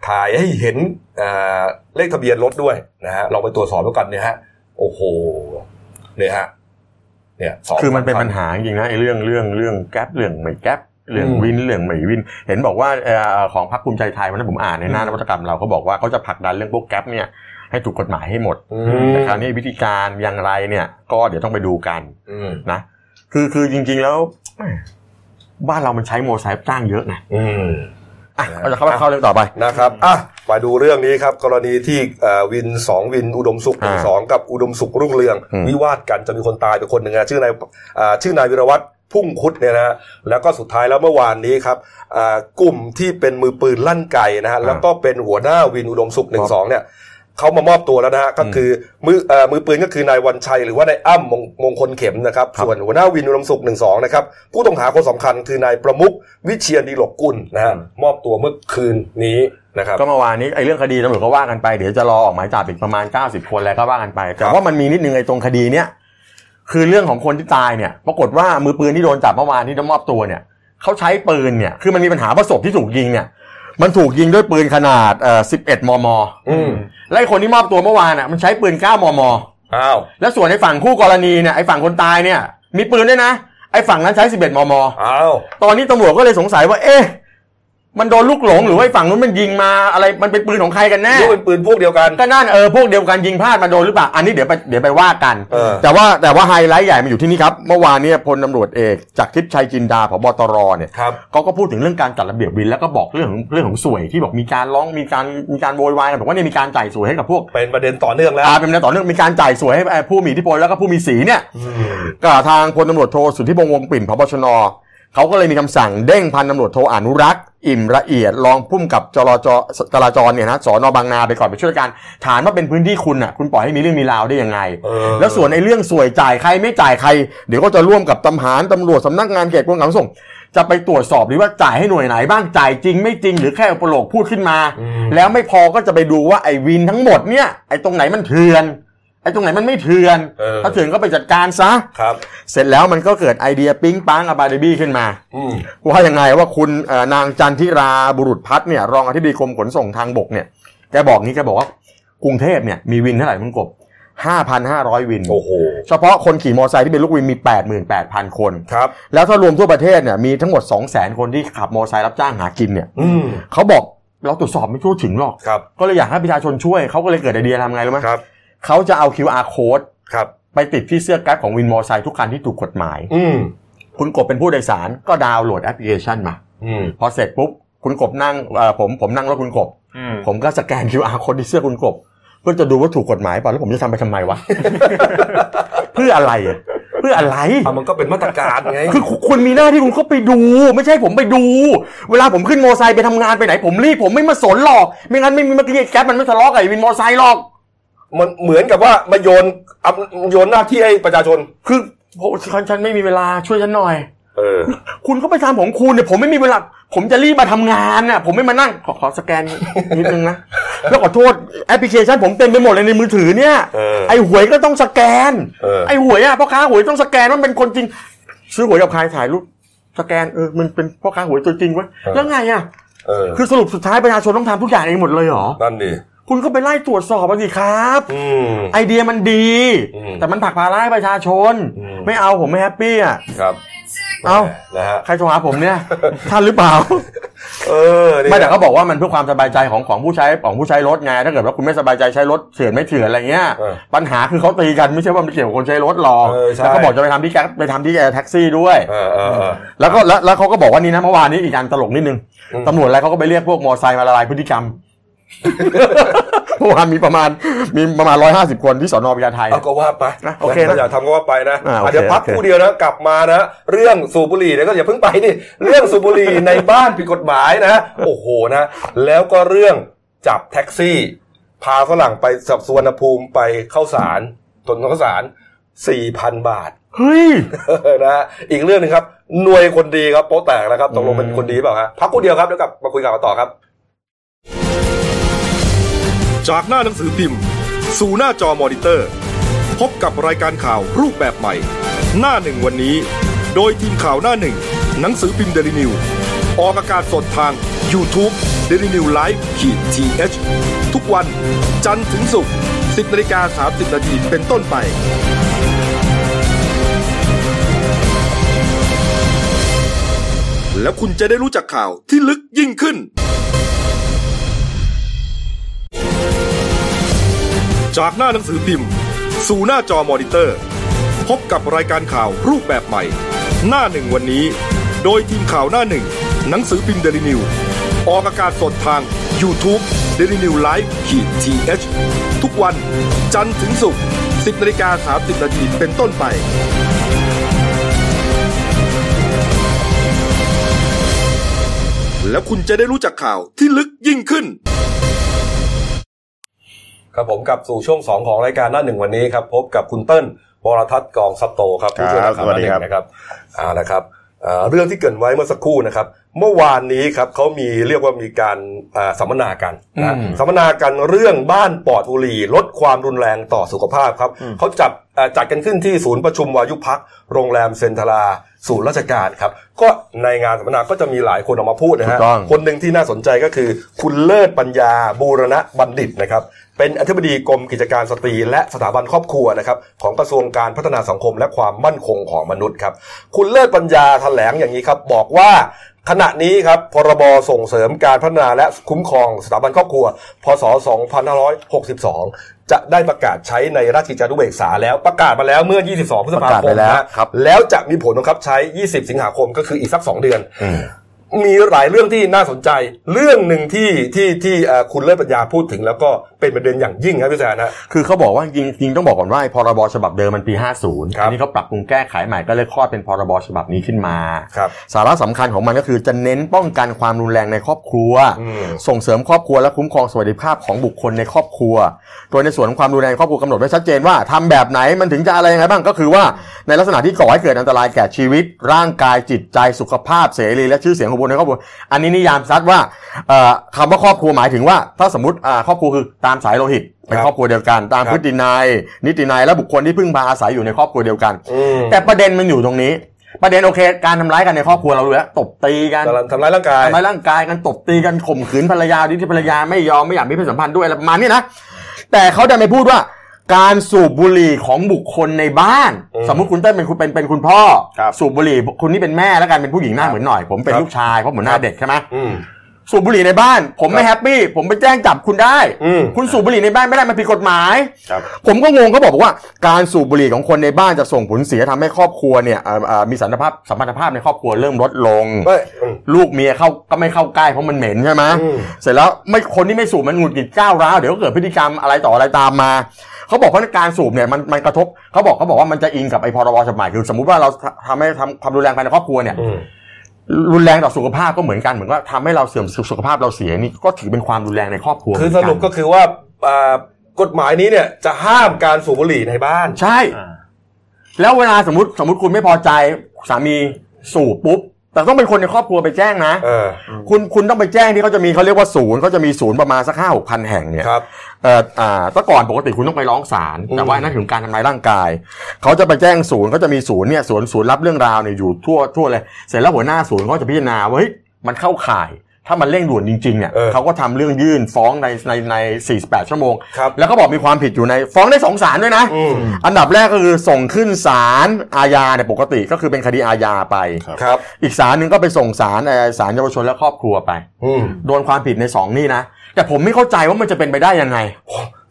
A: ถ่ายให้เห็นเอ่อเลขทะเบียนรถด้วยนะฮะลองไปตรวจสอบแล้วกันเนี่ยฮะโอ้โหเนี่ยฮะเนี่ยสอง
B: คือมันเป็นปัญหาจริงๆนะไอ้เรื่องเรื่องเรื่องแก๊ปเรื่องไม่แก๊ปเรื่อง
A: อืม
B: วินเรื่องไม่วิน เห็นบอกว่าเอ่อของพรรคภูมิใจไทยวันนั้นผมอ่านในหน้านวัตกรรมเราเขาบอกว่าเขาจะผลักดันเรื่องพวกแก๊ปเนี่ยให้ถูกกฎหมายให้หมด
A: อืม
B: แต่คราวนี้วิธีการอย่างไรเนี่ย ก็เดี๋ยวต้องไปดูกัน
A: อืม
B: นะคือคือจริง ๆแล้วแหม่บ้านเรามันใช้โมไซค์จ้างเยอะนะ
A: อืม
B: อ่ะเราจะเข้าไปเข้าเรื่องต่อไป
A: นะครับอ่ะมาดูเรื่องนี้ครับ กรณีที่เอ่อวินสองวินอุดมสุขหนึ่ง
B: อ่า
A: สองกับอุดมสุขรุ่งเรือง
B: อืม
A: วิวาทกันจะมีคนตายไปคนหนึ่งนะชื่อนายอ่าชื่อนายวิรวัตรพุ่งคุดเนี่ยนะฮะแล้วก็สุดท้ายแล้วเมื่อวานนี้ครับอ่ากลุ่มที่เป็นมือปืนลั่นไก่นะฮะแล้วก็เป็นหัวหน้าวินอุดมสุขหนึ่งสองเนี่ย เขามามอบตัวแล้วนะฮะก็คือมือเอ่อมือปืนก็คือนายวันชัยหรือว่านายอ้ำมงมงคลเข็มนะครับ
B: ครับ
A: ส่วนหัวหน้าวินอุดมสุขหนึ่งสองนะครับผู้ต้องหาคนสำคัญคือนายประมุกวิเชียนดีหลกกุลนะฮะมอบตัวเมื่อคืนนี้นะครับ
B: ก็เมื่อวานนี้ไอ้เรื่องคดีตำรวจก็ว่ากันไปเดี๋ยวจะรอออกหมายจับอีกประมาณ 90 คนแล้วก็ว่ากันไป แต่
A: ครับ
B: ว่ามันมีนิดนึงไอ้ตรงคดีเนี้ยคือเรื่องของคนที่ตายเนี่ยปรากฏว่ามือปืนที่โดนจับเมื่อวานที่จะมอบตัวเนี่ยเขาใช้ปืนเนี่ยคือมันมีปัญหาประสบที่ถูกยิงเนี่ยมันถูกยิงด้วยปืนขนาดเอ่อ11 มม
A: อืม
B: และไอ้คนที่มอบตัวเมื่อวานอ่ะมันใช้ปืน 9 มม
A: อ้าว
B: แล้วส่วนไอ้ฝั่งคู่กรณีเนี่ยไอ้ฝั่งคนตายเนี่ยมีปืนด้วยนะไอ้ฝั่งนั้นใช้ 11 มม
A: อ้าว
B: ตอนนี้ตำรวจก็เลยสงสัยว่า เอ๊ะ มันโดนลูกหลงหรือว่าไอ้ฝั่งนู้นมันยิงมาอะไร มันเป็นปืนของใครกันแน่
A: นี่เป็นปืนพวกเดียวกัน
B: ก็นั่นเออพวกเดียวกันยิงพลาดมาโดนหรือเปล่า อันนี้เดี๋ยวไปเดี๋ยวไปว่ากัน
A: เออ
B: แต่ว่าแต่ว่าไฮไลท์ใหญ่มาอยู่ที่นี่ครับ เมื่อวานเนี่ยพลตำรวจเอกจากทิพย์ชัยจินดาผบตรเนี่ย
A: ครับ
B: เขาก็พูดถึงเรื่องการจัดระเบียบวินแล้วก็บอกเรื่องของเรื่องของสวยที่บอกมีการร้องมีการมีการโวยวายกันบอกว่าเนี่ยมีการจ่ายสวยให้กับพวก
A: เป็นประเด็นต่อเนื่องแล้ว
B: อาเป็นนะต่อเนื่องมีการจ่ายสวยให้ผู้มีอิทธิพลแล้วก็ผู้มีสีเนี่ย
A: อืม
B: ก็ทางพลตำรวจโทสุทธิพงษ์วงปิ่นพบชนเขาก็เลยมีคำสั่งเด้งพันตำรวจโทอนุรักษ์ อิ่มละเอียดรองพุ่มกับจราจรจราจรเนี่ยนะสอนอบางนาไปก่อนไปช่วยกันฐานว่าเป็นพื้นที่คุณน่ะคุณปล่อยให้มีเรื่องมีราวได้ยังไง
A: เออ
B: แล้วส่วนไอ้เรื่องสวยจ่ายใครไม่จ่ายใคร เดี๋ยวก็จะร่วมกับตำหารตำรวจสำนักงานเขตกรมการขนส่ง จะไปตรวจสอบหรือว่าจ่ายให้หน่วยไหนบ้างจ่ายจริงไม่จริงหรือแค่อุปโลกพูดขึ้นมา
A: อืม
B: แล้วไม่พอก็จะไปดูว่าไอ้วินทั้งหมดเนี่ยไอ้ตรงไหนมันเถื่อน ไอ้ตรงไหนมันไม่เถื่อน
A: เออ
B: ถ้าเถื่อนก็ไปจัดการซะ
A: ครับ
B: เสร็จแล้วมันก็เกิดไอเดียปิ๊งปังอบาเดบี้ขึ้นมา
A: อืม
B: ว่ายังไงว่าคุณเอ่อนางจันทิราบุรุษพัฒน์เนี่ยรองอธิบดีกรมขนส่งทางบกเนี่ยแกบอกงี้แกบอกว่ากรุงเทพเนี่ยมีวินเท่าไหร่มึงกบ 5,500 วิน
A: โอ้โห
B: เฉพาะคนขี่มอเตอร์ไซค์ที่เป็นลูกวินมี 88,000 คน
A: ครับ
B: แล้วถ้ารวมทั่วประเทศเนี่ยมีทั้งหมด 200,000 คนที่ขับมอเตอร์ไซค์รับจ้างหากินเนี่ย
A: อืม
B: เขาบอกเราตรวจสอบไม่ทั่วถึงหรอก
A: ครับ
B: ก็เลยอยากให้ประชาชนช่วยเขาก็เลยเกิดไอเดียทำไงรู้ไหม
A: ครับ
B: เขาจะเอา QR code
A: ครับ
B: ไปติดที่เสื้อกั๊กของวินมอเตอร์ไซค์ทุกคันที่ถูกกฎหมาย
A: อืม
B: คุณกบเป็นผู้โดยสารก็ดาวน์โหลดแอปพลิเคชันมา
A: อืม
B: พอเสร็จปุ๊บ คุณกบนั่งเอ่อผมผมนั่งรถคุณกบ
C: อืม
B: ผมก็สแกน QR คนที่เสื้อคุณกบ เพื่อจะดูว่าถูกกฎหมายเปล่าแล้วผมจะทำไปทำไมวะ เพื่ออะไรอะเพื่ออะไร
A: อ่ะมันก็เป็นมาตรการไง
B: คือคุณคุณมีหน้าที่คุณก็ไปดู ไม่ใช่ผมไปดู เวลาผมขึ้นมอไซค์ไปทำงานไปไหน ผมรีบผมไม่มาสนหรอก ไม่งั้นไม่มีมาเกลียดแก๊ปมันไม่ทะเลาะกับไอ้วินมอไซค์หรอก
A: มันเหมือนกับว่ามาโยนเอาโยนหน้าที่ให้ประชาชน
B: คือโอ้ฉันฉันไม่มีเวลาช่วยฉันหน่อย
A: เออ
B: คุณก็ไปทำของคุณเนี่ยผมไม่มีเวลาผมจะรีบมาทำงานน่ะผมไม่มานั่งขอขอสแกนนิดนึงนะ แล้วขอโทษแอปพลิเคชันผมเต็มไปหมดเลยในมือถือเนี่ย
A: เออ
B: ไอ้หวยก็ต้องสแกน
A: เออ
B: ไอ้หวยอ่ะพ่อค้าหวยต้องสแกนว่ามันเป็นคนจริง ซื้อหวยกับใครถ่ายรูปสแกนเออมันเป็นพ่อค้าหวยตัวจริงเวะแล้วไงอ่ะ
A: เออ
B: คือสรุปสุดท้ายประชาชนต้องทำทุกอย่างเองหมดเลยเหรอ
A: นั่นดิ
B: คุณก็ไปไล่ตรวจสอบมาสิครับ
A: อืม
B: ไอเดียมันดี
A: อืม
B: แต่มันผลักภาระให้ประชาชน
A: อืม
B: ไม่เอาผมไม่แฮปปี้อ่ะ
A: ครับ
B: เอ้า
A: นะฮะ
B: ใครโทรหาผมเนี่ย ท่านหรือเปล่า
A: เออนี่
B: ไม่แต่เขาบอกว่ามันเพื่อความสบายใจของของผู้ใช้ของผู้ใช้รถไงถ้าเกิดว่าคุณไม่สบายใจใช้รถเถื่อนไม่เถื่อนอะไรเงี้ย
A: เออ
B: ปัญหาคือเขาตีกันไม่ใช่ว่ามันเกี่ยวกับคนใช้รถหรอก
A: เออใช่
B: แล้วก็บอกจะไปทำที่แก๊ปไปทำที่แอร์แท็กซี่ด้วย
A: เออเออเออ
B: แล้วก็แล้วแล้วเขาก็บอกว่านี่นะเมื่อวานนี้อีกอันตลกนิดนึง
A: อืม
B: ตำรวจอะไรเขาก็ไปเรียกพวกมอไซค์มาละลายพฤติกรรม เมื่อวานมีประมาณมีประมาณร้อยห้าสิบคนที่สอนอพญาไท
A: เอาก็ว่าไป
B: นะโอเคนะ
A: ถ้าอยากทำก็ว่าไปนะ
B: อ่าโอเค
A: อ่ะเดี๋ยวพักค
B: โอเค
A: รู่เดียวนะกลับมานะเรื่องสูบบุหรี่เนี่ยก็อย่าเพิ่งไปนี่เรื่องสูบบุหรี่ในบ้านผิดกฎหมายนะโอ้โหนะแล้วก็เรื่องจับแท็กซี่ พาฝรั่งไปสับสวนภูมิไปเข้าสารทนเข้าสารสี่พันบาท
B: เฮ้ย
A: เออ นะฮะอีกเรื่องหนึงครับหน่วยคนดีครับโป๊ะแตกแล้วครับตกลงเป็นคนดีหรือเปล่าฮะพักกูเดียวครับเดี๋ยวกลับมาคุยกันต่อครับ
D: จากหน้าหนังสือพิมพ์ สู่หน้าจอมอนิเตอร์ พบกับรายการข่าวรูปแบบใหม่ หน้าหนึ่งวันนี้ โดยทีมข่าวหน้าหนึ่ง หนังสือพิมพ์เดลิวิวออกอากาศสดทาง YouTube d e l i n e w l i v e ขีดทีเทุกวันจันทร์ถึงศุกร์10นาฬิกา30นาทีเป็นต้นไป แล้วคุณจะได้รู้จักข่าวที่ลึกยิ่งขึ้น จากหน้าหนังสือพิมพ์ สู่หน้าจอมอนิเตอร์ พบกับรายการข่าวรูปแบบใหม่ หน้าหนึ่งวันนี้ โดยทีมข่าวหน้าหนึ่ง หนังสือพิมพ์เดลิวิวออกอากาศสดทาง YouTube d e l i n e w l i v e ขีดทีเทุกวันจันทร์ถึงศุกร์10นาฬิกา30นาทีเป็นต้นไป แล้วคุณจะได้รู้จักข่าวที่ลึกยิ่งขึ้น ครับผมกลับสู่ช่วง 2 ของรายการหน้าหนึ่งวันนี้ครับพบกับคุณเติ้ลวรทัศน์กองซับโตครับผู้ช่วยนักข่าวหน้าหนึ่งนะครับอ่านะครับเอ่อเรื่องที่เกรินไว้เมื่อสักครู่นะครับ เมื่อวานนี้ครับเขามีเรียกว่ามีการอ่าสัมมนากันนะ
B: อืม
D: สัมมนากันเรื่องบ้านปลอดบุหรี่ลดความรุนแรงต่อสุขภาพครับเขาจับเอ่อจัดกันขึ้นที่ศูนย์ประชุมวายุพักโรงแรมเซนทราศูนย์ราชการครับก็ในงานสัมมนาก็จะมีหลายคนออกมาพูดนะ
B: ถู
D: ฮะ
B: กต้อง
D: คนหนึ่งที่น่าสนใจก็คือ คุณเลิศปัญญาบูรณะบัณฑิตนะครับเป็นอธิบดีกรมกิจการสตรี และสถาบันครอบครัวนะครับของกระทรวงการพัฒนาสังคมและความมั่นคงของมนุษย์ครับคุณเลิศปัญญาแถลงอย่างนี้ครับบอกว่า ขณะนี้ครับพรบส่งเสริมการพัฒนาและคุ้มครองสถาบันครอบครัว พศ 2562 จะได้ประกาศใช้ในราชกิจจานุเบกษาแล้วประกาศมาแล้วเมื่อ 22 พฤษภา
B: ประกาศ
D: ค
B: ไป
D: ม
B: แล้ว
D: นะฮะ
B: ครับ
D: แล้วจะมีผลบังคับใช้ 20 สิงหาคมก็คืออีกสัก 2 เดือน มีหลายเรื่องที่น่าสนใจ เรื่องหนึ่งที่ที่ที่เอ่อคุณเลิศปัญญาพูดถึงแล้วก็เป็นประเด็นอย่างยิ่งครับพี่แซนนะ
B: คือเขาบอกว่าจริงจริงต้องบอกก่อนว่าไอ้พรบฉบับเดิมมันปี 50
D: ครับ
B: อันนี้เขาปรับปรุงแก้ไขใหม่ก็เลยคลอดเป็นพรบฉบับนี้ขึ้นมา
D: ครับ
B: สาระสำคัญของมันก็คือจะเน้นป้องกันความรุนแรงในครอบครัว
D: อืม
B: ส่งเสริมครอบครัวและคุ้มครองสวัสดิภาพของบุคคลในครอบครัว โดยในส่วนของความรุนแรงในครอบครัวกำหนดไว้ชัดเจนว่าทำแบบไหนมันถึงจะอะไรยังไงบ้างก็คือว่าในลักษณะที่ก่อให้เกิดอันตรายแก่ชีวิต ร่างกายจิตใจสุขภาพเสรีและชื่อเสียงของบุคคลในครอบครัว อันนี้นิยามชัดว่าเอ่อคำว่าครอบครัวหมายถึงว่า ถ้าสมมติอ่าครอบครัวคือตามสายโลหิตเป็น
D: ครับ
B: ครอบครัวเดียวกัน ตาม
D: ครับ
B: พฤตินายนิตินายและบุคคลที่พึ่งพาอาศัยอยู่ในครอบครัวเดียวกัน
D: อืม
B: แต่ประเด็นมันอยู่ตรงนี้ ประเด็นโอเค การทำร้ายกันในครอบครัวเรารู้แล้วตบตีกัน
D: กำลังทำร้ายร่างกาย
B: ทำร้ายร่างกายกันตบตีกันข่มขืนภรรยาดิที่ภรรยาไม่ยอมไม่อยากมีเพศสัมพันธ์ด้วยอะไรประมาณนี้นะแต่เขาดันไปพูดว่า การสูบบุหรี่ของบุคคลในบ้าน
D: อืม
B: สมมุติคุณเต้นเป็นคุณเป็นเป็นคุณพ่อ
C: ครับ
B: สูบบุหรี่คุณนี่เป็นแม่แล้วกันเป็นผู้หญิงหน้าเหมือนหน่อยผมเป็น
D: ครับ
B: ลูกชายเพราะผมหน้าเด็กใช่ไหม
D: อืม
B: สูบบุหรี่ในบ้าน ผมไม่แฮปปี้ผมไปแจ้งจับคุณได้
D: อืม
B: คุณสูบบุหรี่ในบ้านไม่ได้มันผิดกฎหมาย
C: ครับ
B: ผมก็งงเขาบอกว่าการสูบบุหรี่ของคนในบ้านจะส่งผลเสียทำให้ครอบครัวเนี่ยเอ่อเอ่อมีสันติภาพสัมพันธภาพในครอบครัวเริ่มลดลง
D: ไม่อืม
B: ลูกเมียเข้าก็ไม่เข้าใกล้เพราะมันเหม็นใช่ไหม
D: อืม
B: เสร็จแล้วไม่คนที่ไม่สูบมันหงุดหงิดก้าวร้าวเดี๋ยวก็เกิดพฤติกรรมอะไรต่ออะไรตามมาเขาบอกว่าการสูบเนี่ยมันมันกระทบเขาบอกเขาบอกว่ามันจะอิงกับไอ้พรบฉบับใหม่คือสมมุติว่าเราทำให้ทำความรุนแรงภายในครอบครัวเนี่ย
D: อืม
B: รุนแรงต่อสุขภาพก็เหมือนกันเหมือนว่าทำให้เราเสื่อมสุขภาพเราเสียนี่ก็ถือเป็นความรุนแรงในครอบครัว
D: คือ
B: เห
D: ส
B: มืนน
D: รุปก็คือว่าอ่ากฎหมายนี้เนี่ยจะห้ามการสูบบุหรี่ในบ้าน
B: ใช่
C: อ่า
B: แล้วเวลาสมมติสมมติคุณไม่พอใจสามีสูบปุ๊บ แต่ต้องเป็นคนในครอบครัวไปแจ้งนะ
D: เออ
B: คุณคุณต้องไปแจ้งที่เขาจะมีเขาเรียกว่าศูนย์เขาจะมีศูนย์ประมาณสักห้าหกพันแห่งเนี่ย
D: ครับ
B: เอ่ออ่าแต่ก่อนปกติคุณต้องไปร้องศาล
D: อืม
B: แต่ว่านั่นถึงการทำร้ายร่างกายเขาจะไปแจ้งศูนย์เขาจะมีศูนย์เนี่ยศูนย์ศูนย์รับเรื่องราวเนี่ยอยู่ทั่วทั่วเลยเสร็จแล้วหัวหน้าศูนย์เขาจะพิจารณาว่าเฮ้ยมันเข้าข่าย ถ้ามันเร่งด่วนจริงๆเนี่ย
D: เออ
B: เขาก็ทำเรื่องยื่นฟ้องในในใน48ชั่วโมง
D: ครับ
B: แล้วก็บอกมีความผิดอยู่ในฟ้องได้สองศาลด้วยนะ
D: อืม
B: อันดับแรกก็คือส่งขึ้นศาลอาญาเนี่ยปกติก็คือเป็นคดีอาญาไป
C: ครับ
D: ครับ
B: อีกศาลหนึ่งก็ไปส่งศาลเอ่อศาลเยาวชนและครอบครัวไป
D: อืม
B: โดนความผิดในสองนี่นะ แต่ผมไม่เข้าใจว่ามันจะเป็นไปได้ยังไง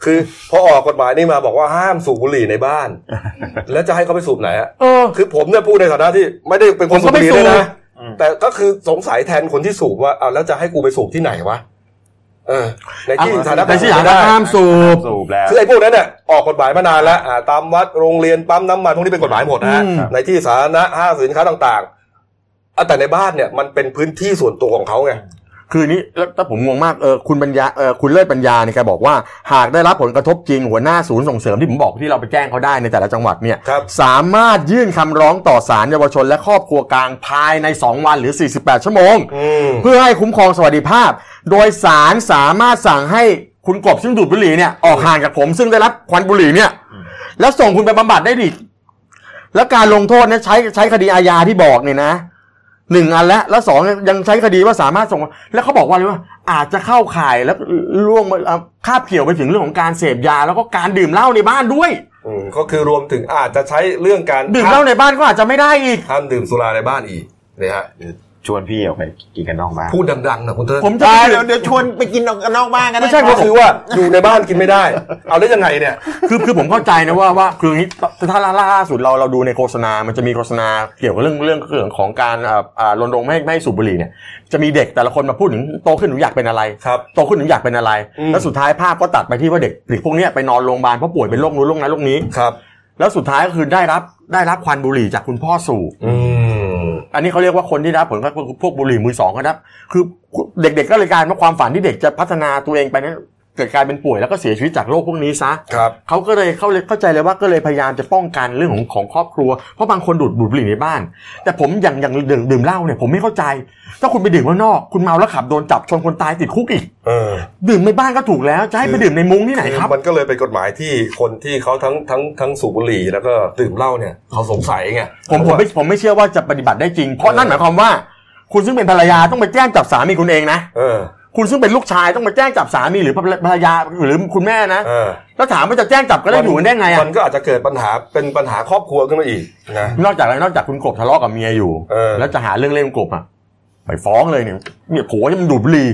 D: คือพอออกกฎหมายนี่มาบอกว่าห้ามสูบบุหรี่ใน บ้าน แล้วจะให้เขาไปสูบไหนฮะ
B: เออ
D: คือผมเนี่ยพูดในฐานะที่ไม่ได้เป็นคน
B: ผม
D: สู
B: ก็
D: บ
B: ไม่
D: บุหรี่ด้วย
B: สู
D: นะ
B: บ
C: อืม
D: แต่ก็คือสงสัยแทนคนที่สูบว่าเอาแล้วจะให้กูไปสูบที่ไหนวะเออ ในที่สาธารณะ
B: ในที่สาธารณะ
D: ได้
B: ห้ามสูบ
C: สูบแล้ว
D: คือไอ้พวกนั้นเนี่ยออกกฎหมายมานานแล้วอ่าตามวัดโรงเรียนปั๊มน้ำมันพวกนี้เป็นกฎหมายหมดนะฮะ
B: อืม
D: ในที่สาธารณะห้างสินค้าต่างๆอ่ะแต่ในบ้านเนี่ยมันเป็นพื้นที่ส่วนตัวของเขาไง
B: คือนี้แล้วแต่ผมงงมากเออคุณปัญญาเออคุณเลิศปัญญาเนี่ยแกบอกว่า หากได้รับผลกระทบจริงหัวหน้าศูนย์ส่งเสริมที่ผมบอกที่เราไปแจ้งเขาได้ในแต่ละจังหวัดเนี่ย
D: ครับ
B: สามารถยื่นคำร้องต่อศาลเยาวชนและครอบครัวกลางภายในสองวันหรือ 48 ชั่วโมง
D: อืม
B: เพื่อให้คุ้มครองสวัสดิภาพ โดยสารสามารถสั่งให้คุณกบซึ่งดูดบุหรี่เนี่ยออกห่างจากผมซึ่งได้รับควันบุหรี่เนี่ย แล้วส่งคุณไปบำบัดได้อีกแล้วการลงโทษเนี่ยใช้ใช้คดีอาญาที่บอกเนี่ยนะหนึ่งอันแล้วแล้วสองยังใช้คดีว่าสามารถส่ง แล้วเขาบอกว่าอะไรว่า อาจจะเข้าข่ายแล้วล่วงเอ่อคาบเกี่ยวไปถึงเรื่องของการเสพยา แล้วก็การดื่มเหล้าในบ้านด้วย
D: อืมก็คือรวมถึงอาจจะใช้เรื่องการ
B: ดื่มเหล้าในบ้านก็อาจจะไม่ได้อีก
D: ห้ามดื่มสุราในบ้านอีกนะฮะ
A: ชวนพี่ออกไปกินกันนอกบ้าน
D: พูดดังๆนะคุณเต้ล
B: ผมจะ
A: เดี๋ยวเดี๋ยวชวนไปกินกันนอกบ้านกัน
D: ไม่ใช่ก็คือว่าอยู่ในบ้านกินไม่ได้ เอาได้ยังไงเนี่ย
B: คือคือผมเข้าใจนะว่าว่าคืออย่างนี้ถ้าล่าล่าสุดเราเราดูในโฆษณา มันจะมีโฆษณาเกี่ยวกับเรื่องเรื่องเรื่องของการอ่าอ่ารณรงค์ไม่ให้ไม่ให้สูบบุหรี่เนี่ยจะมีเด็กแต่ละคนมาพูดถึงโตขึ้นหนูอยากเป็นอะไร
D: ครับ
B: โตขึ้นหนูอยากเป็นอะไร
D: อืม
B: แล้วสุดท้ายภาพก็ตัดไปที่ว่าเด็กเด็กพวกเนี้ยไปนอนโรงพยาบาลเพราะป่วยเป็นโรคนู้นโรคนั้นโรคนี้
D: ครับ
B: แล้วสุดท้ายก็คือได้รับได้รับควันบุหรี่จากคุณพ่อสูบ
D: อืม
B: อันนี้เขาเรียกว่าคนที่ได้รับผลกระทบพวกบุหรี่มือสองก็ได้คือเด็กๆก็เลยกลายเป็นว่าความฝันที่เด็กจะพัฒนาตัวเองไปนั้น เกิดการเป็นป่วยแล้วก็เสียชีวิตจากโรคพวกนี้ซะ
D: ครับ
B: เขาก็เลยเข้าเลยเข้าใจเลยว่าก็เลยพยายามจะป้องกันเรื่องของของครอบครัว เพราะบางคนดูดบุหรี่ในบ้าน แต่ผมอย่างอย่างดื่มดื่มเหล้าเนี่ยผมไม่เข้าใจ ถ้าคุณไปดื่มข้างนอก คุณเมาแล้วขับโดนจับชนคนตายติดคุกอีก
D: เออ
B: ดื่มในบ้านก็ถูกแล้วจะให้ไปดื่มในมุ้งที่ไหนครับ
D: มันก็เลยเป็นกฎหมายที่คนที่เขาทั้งทั้งทั้งสูบบุหรี่แล้วก็ดื่มเหล้าเนี่ยเขาสงสัยไง
B: ผมผมไม่ผมไม่เชื่อว่าจะปฏิบัติได้จริง เพราะนั่นหมายความว่า คุณซึ่งเป็นภรรยาต้องไปแจ้งจับสามีคุณเองนะ
D: เออ
B: คุณซึ่งเป็นลูกชายต้องไปแจ้งจับสามีหรือภรรยาหรือคุณแม่นะ
D: เออ
B: แล้วถามว่าจะแจ้งจับก็ได้อยู่กันได้ไงอะ
D: มันก็อาจจะเกิดปัญหาเป็นปัญหาครอบครัวขึ้นมาอีกนะ
B: นอกจากอะไรนอกจากคุณกบทะเลาะกับเมียอยู่
D: เออ
B: แล้วจะหาเรื่องเล่นกบอ่ะไปฟ้องเลยเนี่ยเนี่ยโหนี่มันดูดบุหรี่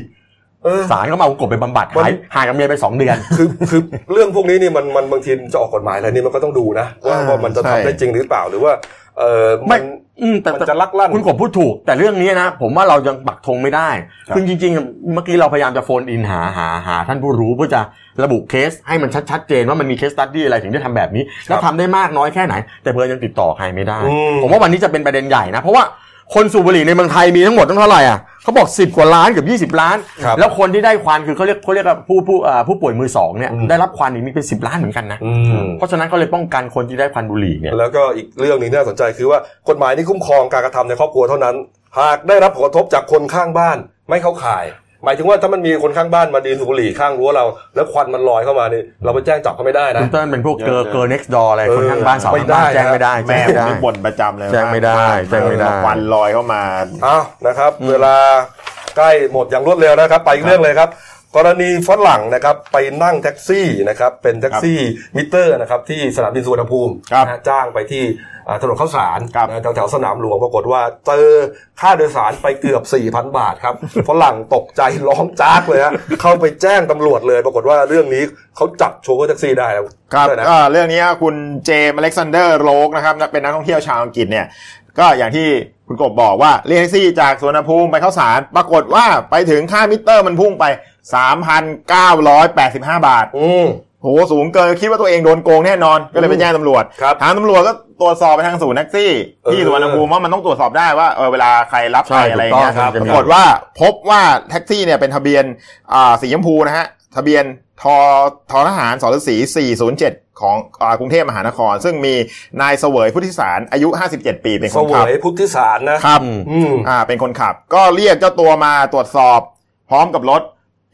D: เออ
B: ศาลก็มาเอากบไปบำบัด
D: มัน
B: หายหายกับเมียไปสองเดือน
D: คือคือเรื่องพวกนี้นี่มันมันบางทีจะออกกฎหมายอะไรนี่มันก็ต้องดูนะว่า
B: อ่า
D: ว่ามันจะ
B: ใช่
D: ทำได้จริงหรือเปล่าหรือว่า เออ
B: ไม่
D: มัน
B: อืมแต่
D: มัน
B: แต่
D: จะลักลั่น
B: คุณกบพูดถูก แต่เรื่องนี้นะ ผมว่าเรายังปักธงไม่ได้
D: ครับ
B: คือจริงๆ เมื่อกี้เราพยายามจะโฟนอินหาหาหาท่านผู้รู้เพื่อจะระบุเคสให้มันชัดชัดเจนว่ามันมีเคสตัดดี้อะไรถึงได้ทำแบบนี้ แล้วทำได้มากน้อยแค่ไหน แต่เพื่อนยังติดต่อใครไม่ได้
D: อืม
B: ผมว่าวันนี้จะเป็นประเด็นใหญ่นะ เพราะว่าคนสูบบุหรี่ในเมืองไทยมีทั้งหมดตั้งเท่าไหร่อ่ะเขาบอก 10 กว่าล้านเกับ20 ล้าน
D: ครับ
B: แล้วคนที่ได้ควันคือเขาเรียกเขาเรียกว่าผู้ผู้เอ่อผู้ป่วยมือสองเนี่ยได้รับควันอีกมีเป็น10 ล้านเหมือนกันนะ
D: อืม
B: เพราะฉะนั้นเขาเลยป้องกันคนที่ได้ควันบุหรี่เนี่ย
D: แล้วก็อีกเรื่องหนึงที่น่าสนใจคือว่ากฎหมายนี่คุ้มครองการกระทำในครอบครัวเท่านั้น หากได้รับผลกระทบจากคนข้างบ้านไม่เข้าข่าย หมายถึงว่าถ้ามันมีคนข้างบ้านมาดีนสูบบุหรี่ข้างรั้วเรา แล้วควันมันลอยเข้ามานี่เราไปแจ้งจับเขาไม่ได้นะ
B: คุณเติ้ลเป็นพวกเกอร์
E: เยอะ
B: เกอร์ next door อะไร
D: เออ
B: คนข้างบ้านสาวข้างบ้าน
D: ไม่ได้
B: แจ้งไม่ได้แจ้งไม่
E: แม่ผม
B: ได้
E: นี่บ่นประจำเลย
B: แจ้งไม่ได้แจ้งไม่ได้
E: ควันลอยเข้ามา
D: เอานะครับเวลาใกล้หมดอย่างรวดเร็วนะครับ ไปอีกเรื่องเลยครับ กรณีฝรั่งนะครับไปนั่งแท็กซี่นะครับเป็นแท็กซี่มิเตอร์นะครับที่สนามบินสุวรรณภูมิ
E: ครับ
D: นะฮะจ้างไปที่อ่าถนนข้าวสาร
E: ครับ
D: นะแถวๆสนามหลวงปรากฏว่าเจอค่าโดยสารไปเกือบ 4,000 บาทครับ ฝรั่งตกใจร้องจากเลยฮะเข้าไปแจ้งตำรวจเลย ปรากฏว่าเรื่องนี้เขาจับโชเฟอร์แท็กซี่ได้แล้ว
E: ครับ
D: ด้วยนะ
E: อ่าเรื่องนี้คุณเจมส์อเล็กซานเดอร์โลกนะครับเป็นนักท่องเที่ยวชาวอังกฤษเนี่ย ก็อย่างที่คุณกบบอกว่าเรียกแท็กซี่จากสวนภูมิไปเข้าสาร ปรากฏว่าไปถึงค่ามิเตอร์มันพุ่งไป 3,985 บาท
D: อืม
E: โหสูงเกินคิดว่าตัวเองโดนโกงแน่นอนก็เลยไปแจ้งตำรวจ
D: ครับ
E: ทางตำรวจก็ตรวจสอบไปทางศูนย์แท็กซี่ ที่
D: เออ
E: สุวรรณภูมิว่ามันต้องตรวจสอบได้ว่าเออเวลาใครรับ
B: ใช่
E: ใครอะไรอย่างเงี้ย
B: ถูกต้องครับ
E: ปรากฏว่าพบว่าแท็กซี่เนี่ยเป็นทะเบียนอ่าสีชมพูนะฮะทะเบียนทอทอทหารสรศรี407 ของอ่ากรุงเทพมหานคร ซึ่งมีนายเสวยพุทธิสารอายุ 57 ปีเป็นค
D: เส
E: น
D: ว
E: ขับ
D: ยพุทธิสารนะครับ อืม
E: อ่าเป็นคนขับก็เรียกเจ้าตัวมาตรวจสอบ พร้อมกับรถ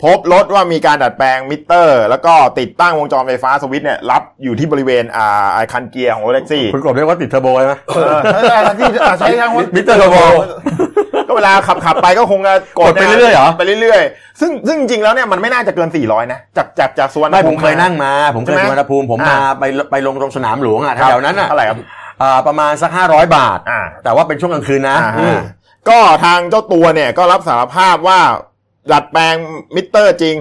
E: พบรถว่ามีการดัดแปลงมิเตอร์ แล้วก็ติดตั้งวงจรไฟฟ้าสวิตช์เนี่ยรับอยู่ที่บริเวณอ่าไอคันเกียร์ของรถแท็กซี่
B: คุณกบเรียกว่าติดเทอร์โบใช่ไหม
E: เออใช่คันที่อ่าใช้ทางว่า
B: มิเตอร์ระบบ
E: ก็เวลาขับขับไปก็คงจะ
B: กดไปเรื่อยๆเหรอ
E: ไปเรื่อยๆ ซึ่งซึ่งจริงๆแล้วเนี่ยมันไม่น่าจะเกิน 400 นะ จากจากจากสวน
B: ไม่ผมเคยนั่งมา ผมเคย
E: ใช่ไหม
B: สุวรรณภูมิผมมา
E: อ่า
B: ไปไปลงตรงสนามหลวงอ่ะ
E: ครับ
B: แถวๆนั้นอ่ะ
E: เท่าไหร่ครับ
B: อ่าประมาณสัก 500 บาท
E: อ่า
B: แต่ว่าเป็นช่วงกลางคืนนะ
E: อ่าฮะ
B: อืม
E: ก็ทางเจ้าตัวเนี่ยก็รับสารภาพว่าดัดแปลงมิเตอร์จริง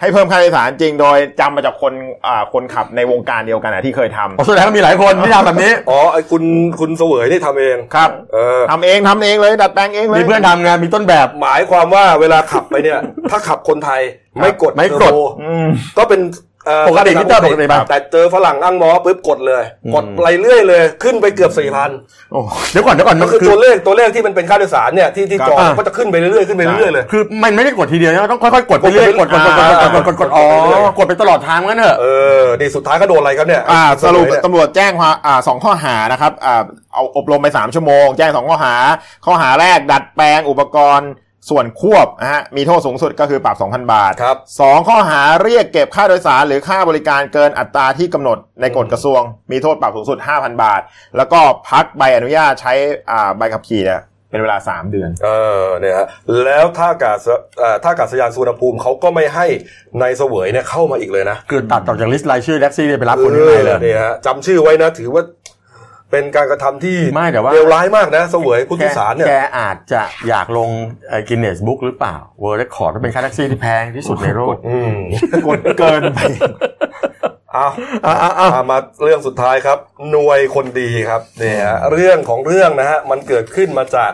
E: ให้เพิ่มค่าโดยสารจริง โดยจำมาจากคนอ่าคนขับในวงการเดียวกันนะที่เคยทำ
B: ผมแสดงว่ามีหลายคนที่ทำแบบนี้
D: อ๋อไอ้คุณคุณเสวยนี่ทำเอง
E: ครับ
D: เออ
E: ทำเองทำเองเลย ดัดแปลงเองเลย
B: มีเพื่อนทำงานมีต้นแบบ
D: หมายความว่าเวลาขับไปเนี่ย ถ้าขับคนไทยไม่กด
B: ไม่ก
D: เทอ
B: ด
D: ร์โบ
E: อืม
D: ก็เป็นเอ่อ
B: ปกติมิเตอร์ปกติครับ
D: แต่เจอฝรั่งอ้างหมอปุ๊บกดเลย กดไปเรื่อยเลย ขึ้นไปเกือบสี่พัน
B: เดี๋ยวก่อนเดี๋ยวก่อน
D: ก็
B: มัน
D: คือ
B: คือ
D: ตัวเลขตัวเลขที่มันเป็นค่าโดยสารเนี่ยที่ที่จอง
B: ครับ
D: ก็จะขึ้นไปเรื่อยๆขึ้นไปเรื่อยๆเลย
B: คือมันไม่ได้กดทีเดียวนะมันต้องค่อยๆกดไปเรื่อยก
D: ก
B: ด
D: ด
B: ก
D: ไป
B: ด
D: เรื่
B: กด
D: อย
B: กดกดกดกดกดกดอ๋อ
D: เรื่อย
B: กดไปตลอดทางงั้นเหรอะ
D: เออนี่สุดท้ายก็โดนอะไรครับเนี่ย
E: อ่าสรุป
D: เย
E: ตำรวจแจ้งความอ่าสองข้อหานะครับอ่าเอาอบรมไป 3 ชั่วโมง แจ้ง 2 ข้อหา ข้อหาแรกดัดแปลงอุปกรณ์ส่วนควบนะฮะมีโทษสูงสุดก็คือปรับ 2,000 บาท
D: ครับ
E: สองข้อหาเรียกเก็บค่าโดยสารหรือค่าบริการเกินอัตราที่กำหนดในกฎกระทรวง มีโทษปรับสูงสุด 5,000 บาท แล้วก็พักใบอนุญาตใช้อ่าใบขับขี่เนี่ยเป็นเวลา 3 เดือน
D: เออเนี่ยฮะแล้วท่าอากาศเอ่อท่าอากาศยานสุวรรณภูมิเขาก็ไม่ให้นายเสวยเนี่ยเข้ามาอีกเลยนะ
B: คือตัดออกจากลิสต์รายชื่อแท็กซี่เนี่ยไปรับคนข้างในเลย
D: เนี่ยฮะจำชื่อไว้นะ ถือว่าเป็นการกระทำที่
B: ไม่แต่ว่า
D: เลวร้ายมากนะเสวยผู้ที่สารเนี่ย
B: แกอาจจะอยากลงกินเนสบุ๊กหรือเปล่าเวอร์เรคคอร์ดเป็นค่าแท็กซี่ที่แพงที่สุดในโลก
D: อืม
E: กดเกินไป
D: เอา
B: อ่ะอ่ะอ่ะ
D: เอามาเรื่องสุดท้ายครับ หน่วยคนดีครับเนี่ยฮะเรื่องของเรื่องนะฮะ มันเกิดขึ้นมาจาก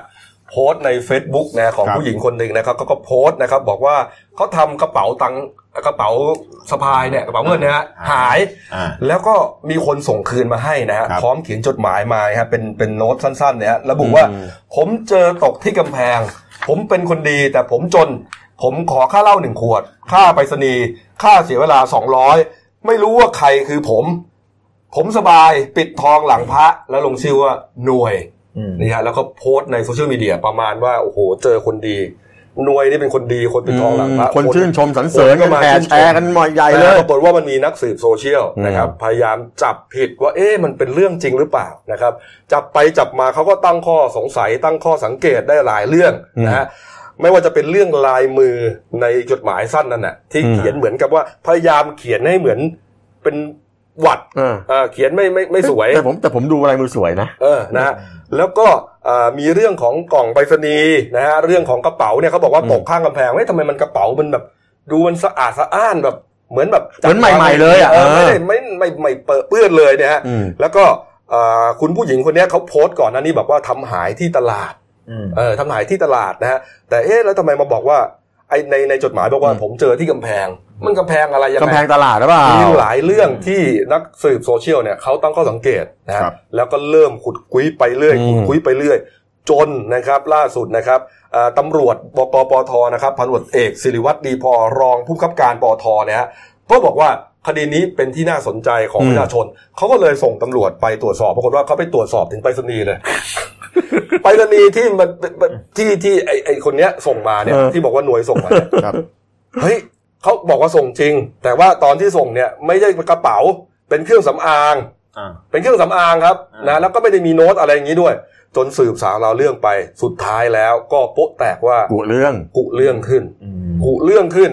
D: โพสต์ใน Facebook นะของ
E: ครับ
D: ผู้หญิงคนหนึ่งนะครับเขาก็โพสต์นะครับ บอกว่าเขาทำกระเป๋าตังค์กระเป๋าสะพายเนี่ยกระเป๋าเงินเนะฮะหาย
E: อ่า
D: แล้วก็มีคนส่งคืนมาให้นะฮะ
E: ครับ
D: พร้อมเขียนจดหมายมาฮะเป็นเป็นโน้ตสั้นๆเนี่ยฮะระบุว่า ผมเจอตกที่กำแพง ผมเป็นคนดีแต่ผมจน ผ ผมขอค่าเหล้าหนึ่งขวด ค่าไปรษณีย์ค่าเสียเวลาสองร้อยไม่รู้ว่าใครคือผม ผมสบายปิดทองหลังพระแล้วลงชื่อว่าหน่วย
E: อืม
D: นี่ฮะแล้วก็โพสต์ในโซเชียลมีเดียประมาณว่าโอ้โหเจอคนดีหน่วยนี่เป็นคนดีคนปิดทองหลังพระ
B: คนชื่นชมสรรเสริญ
D: ค
B: กัน น
D: ก็มา
B: แห่
D: ชื่นชม
B: แชร์กันหมอยใหญ่เล
D: แต่
B: ย
D: ปรากฏว่ามันมีนักสืบโซเชียล
B: อืม
D: นะครับพยายามจับผิดว่าเอ๊ะมันเป็นเรื่องจริงหรือเปล่านะครับจับไปจับมาเขาก็ตั้งข้อสงสัยตั้งข้อสังเกตได้หลายเรื่องนะฮะไม่ว่าจะเป็นเรื่องลายมือในจดหมายสั้นนั่นแหะที่เขียนเหมือนกับว่าพยายามเขียนให้เหมือนเป็นหวัด
B: เออ
D: เอ่อเขียนไม่ไม่ไม่สวย
B: แต่ผมแต่ผมดูอะไรมือสวยนะ
D: เออ นะฮะ แล้วก็เอ่อมีเรื่องของกล่องไปรษณีย์นะฮะ เรื่องของกระเป๋าเนี่ยเขาบอกว่า
B: อืม
D: ตกข้างกำแพงเฮ้ยทำไมมันกระเป๋ามันแบบ ดูมันสะอาดสะอ้านแบบ เหมือนแบบ
B: เหมือนใหม่ๆเลยอะ
D: เออไม่
B: เออ
D: ได้ไม่ไม่ไม่ไม่เปื้อนเปื้อนเลยเนี่ยฮะ
B: อืม
D: แล้วก็เอ่อคุณผู้หญิงคนเนี้ยเขาโพสต์ก่อนหน้านี้บอกว่าทำหายที่ตลาด
E: อืม
D: เออทำหายที่ตลาดนะฮะ แต่เอ๊ะแล้วทำไมมาบอกว่าไอในในจดหมายบอกว่า
B: อืม
D: ผมเจอที่กำแพง มันกำแพงอะไรยัง
B: กำ
D: ไง
B: แพงตลาดหรือเปล่า
D: มีหลายเรื่องที่นักสืบโซเชียลเนี่ยเขาตั้งข้อสังเกตนะฮะ
E: ครับ
D: แล้วก็เริ่มขุดคุยไปเรื่อย
B: อืม
D: ขุดคุยไปเรื่อย จนนะครับล่าสุดนะครับเอ่อตำรวจบกปทนะครับพันตำรวจเอกสิริวัตรดีพอรองผู้บังคับการปอทเนี่ยฮะก็บอกว่าคดีนี้เป็นที่น่าสนใจของประชาชนเขาก็เลยส่งตำรวจไปตรวจสอบปรากฏว่าเขาไปตรวจสอบถึงไปรษณีย์เลย ไปรษณีย์ที่มันที่ที่ไอไอคนเนี้ยส่งมาเนี่ย
B: เออ
D: ที่บอกว่าหน่วยส่งมาเนี่ย
E: ครับ
D: เฮ้ยเขาบอกว่าส่งจริง แต่ว่าตอนที่ส่งเนี่ยไม่ใช่กระเป๋าเป็นเครื่องสำอาง
E: อ่า
D: เป็นเครื่องสำอางครับ
E: อ่า
D: นะ
E: น
D: แล้วก็ไม่ได้มีโน้ตอะไรอย่างนี้ด้วย จนสืบสาวเราวเรื่องไปสุดท้ายแล้วก็โป๊ะแตกว่า
B: กูเรื่อง
D: กุเรื่องขึ้น
E: อืม
D: กุเรื่องขึ้น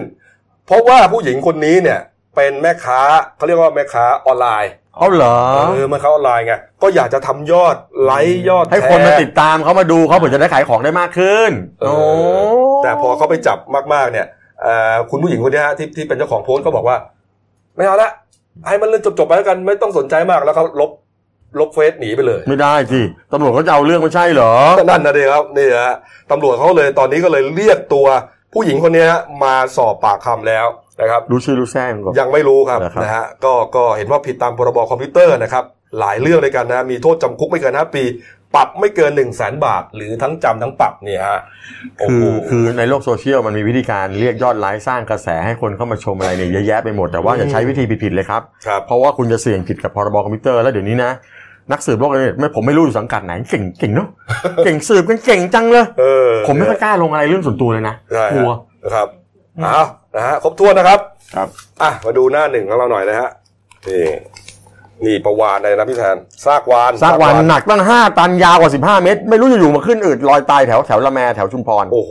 D: เพราะว่าผู้หญิงคนนี้เนี่ยเป็นแม่ค้าเขาเรียกว่าแม่ค้าออนไลน์
B: เอาเหรอ
D: เออแม่ค้าออนไลน์ไงก็อยากจะทำยอดไลค์ยอด
B: ให้คน
D: แช
B: มา
D: ร์
B: ติดตามเขามาดูเขาเผื่อจะได้ขายของได้มากขึ้น
D: เออ
B: โอ้
D: แต่พอเขาไปจับมากๆเนี่ยเอ่อคุณผู้หญิงคนเนี้ยฮะที่ที่เป็นเจ้าของโพสต์ก็บอกว่า ไม่เอาละให้มันเรื่องจบๆไปแล้วกันไม่ต้องสนใจมากแล้วเขาลบลบเฟซหนีไปเลย
B: ไม่ได้สิตำรวจเขาจะเอาเรื่องไม่ใช่เหรอ
D: ก็นั่นนะเดีครับนี่ฮะตำรวจเขาเลยตอนนี้ก็เลยเรียกตัวผู้หญิงคนเนี้ยฮะมาสอบปากคำแล้วนะครับ
B: รู้ชื่อรู้แท้งก่อน
D: ยังไม่รู้ครับ
B: นะครับ
D: นะฮะก็ก็เห็นว่าผิดตามพรบคอมพิวเตอร์นะครับ หลายเรื่องเลยกันนะ มีโทษจำคุกไม่เกินห้าปี ปรับไม่เกินหนึ่งแสนบาท หรือทั้งจำทั้งปรับเนี่ยฮะโโห
B: คือคือในโลกโซเชียลมันมีวิธีการเรียกยอดไลค์สร้างกระแสให้คนเข้ามาชมอะไรเนี่ยเยอะแยะไปหมด แต่ว่าอย่าใช้วิธีผิดๆเลยครับ
D: ครับ
B: เพราะว่าคุณจะเสี่ยงผิดกับพรบคอมพิวเตอร์แล้วเดี๋ยวนี้นะ นักสืบโลกเนี่ยไม่ผมไม่รู้อยู่สังกัดไหนเก่งเก่งเนาะ เก่งสืบกันเก่งจังเลย
D: เออ
B: ผมไม่ค่อยกล้าลงอะไรเรื่องส่วนตัวเลยนะ
D: ใช่
B: กลัว
D: นะครับอ้าวนะฮะ ครบถ้วนนะครับ
E: ครับ
D: อ่ะ มาดูหน้าหนึ่งของเราหน่อยนะฮะ นี่ นี่ประวานอะไรนะพี่แทน ซากวาน
B: ซากวานหนักตั้ง 5 ตันยาวกว่า 15 เมตร ไม่รู้อยู่ๆมาขึ้นอืดลอยตายแถวแถวละแมแถวชุมพร
D: โอ้โห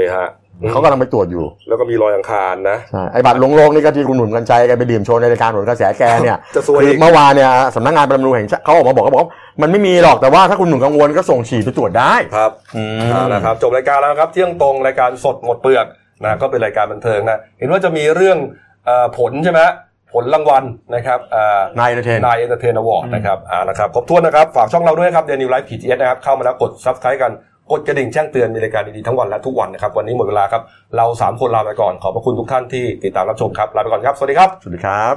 D: นี่ฮะ
B: เขากำลังไปตรวจอยู่
D: แล้วก็มีรอยอังคารนะ
B: ใช่ไอ้บัตรลงโลกนี่ก็ที่คุณหนุ่มกันใจแกันไปดื่มโชว์ในรายการหนกระแสแกเนี่ย
D: จะซวย
B: คือ
D: อีก
B: เมื่อวานเนี่ยสำนักงานประมนูแห่งชาติเขาออกมาบอกเขาบอกว่ามันไม่มีหรอกแต่ว่าถ้าคุณหนุ่มกังวลก็ส่งฉี่ไปตรวจได้
D: ครับ
B: อืม
D: เอาละครับ จบรายการแล้วนะครับ เที่ยงตรงรายการสดหมดเปลือกนะ ก็เป็นรายการบันเทิงนะ เห็นว่าจะมีเรื่องเอ่อผลใช่ไหมฮะผลรางวัลนะครับเอ่อ
B: นายเอนเตอร์เทน
D: นายเอนเตอร์เทนอวอร์ดนะครับอ่านะครับ ครบถ้วนนะครับ ฝากช่องเราด้วยครับเดนิวไลฟ์พีทีเอสนะครับ เข้ามาแล้วกดซับสไครต์กัน กดกระดิ่งแจ้งเตือน มีรายการดีๆทั้งวันและทุกวันนะครับ วันนี้หมดเวลาครับ เรา 3 คนลาไปก่อน ขอบพระคุณทุกท่านที่ติดตามรับชมครับ ลาไปก่อนครับ สวัสดีครับ
B: สวัสดีครับ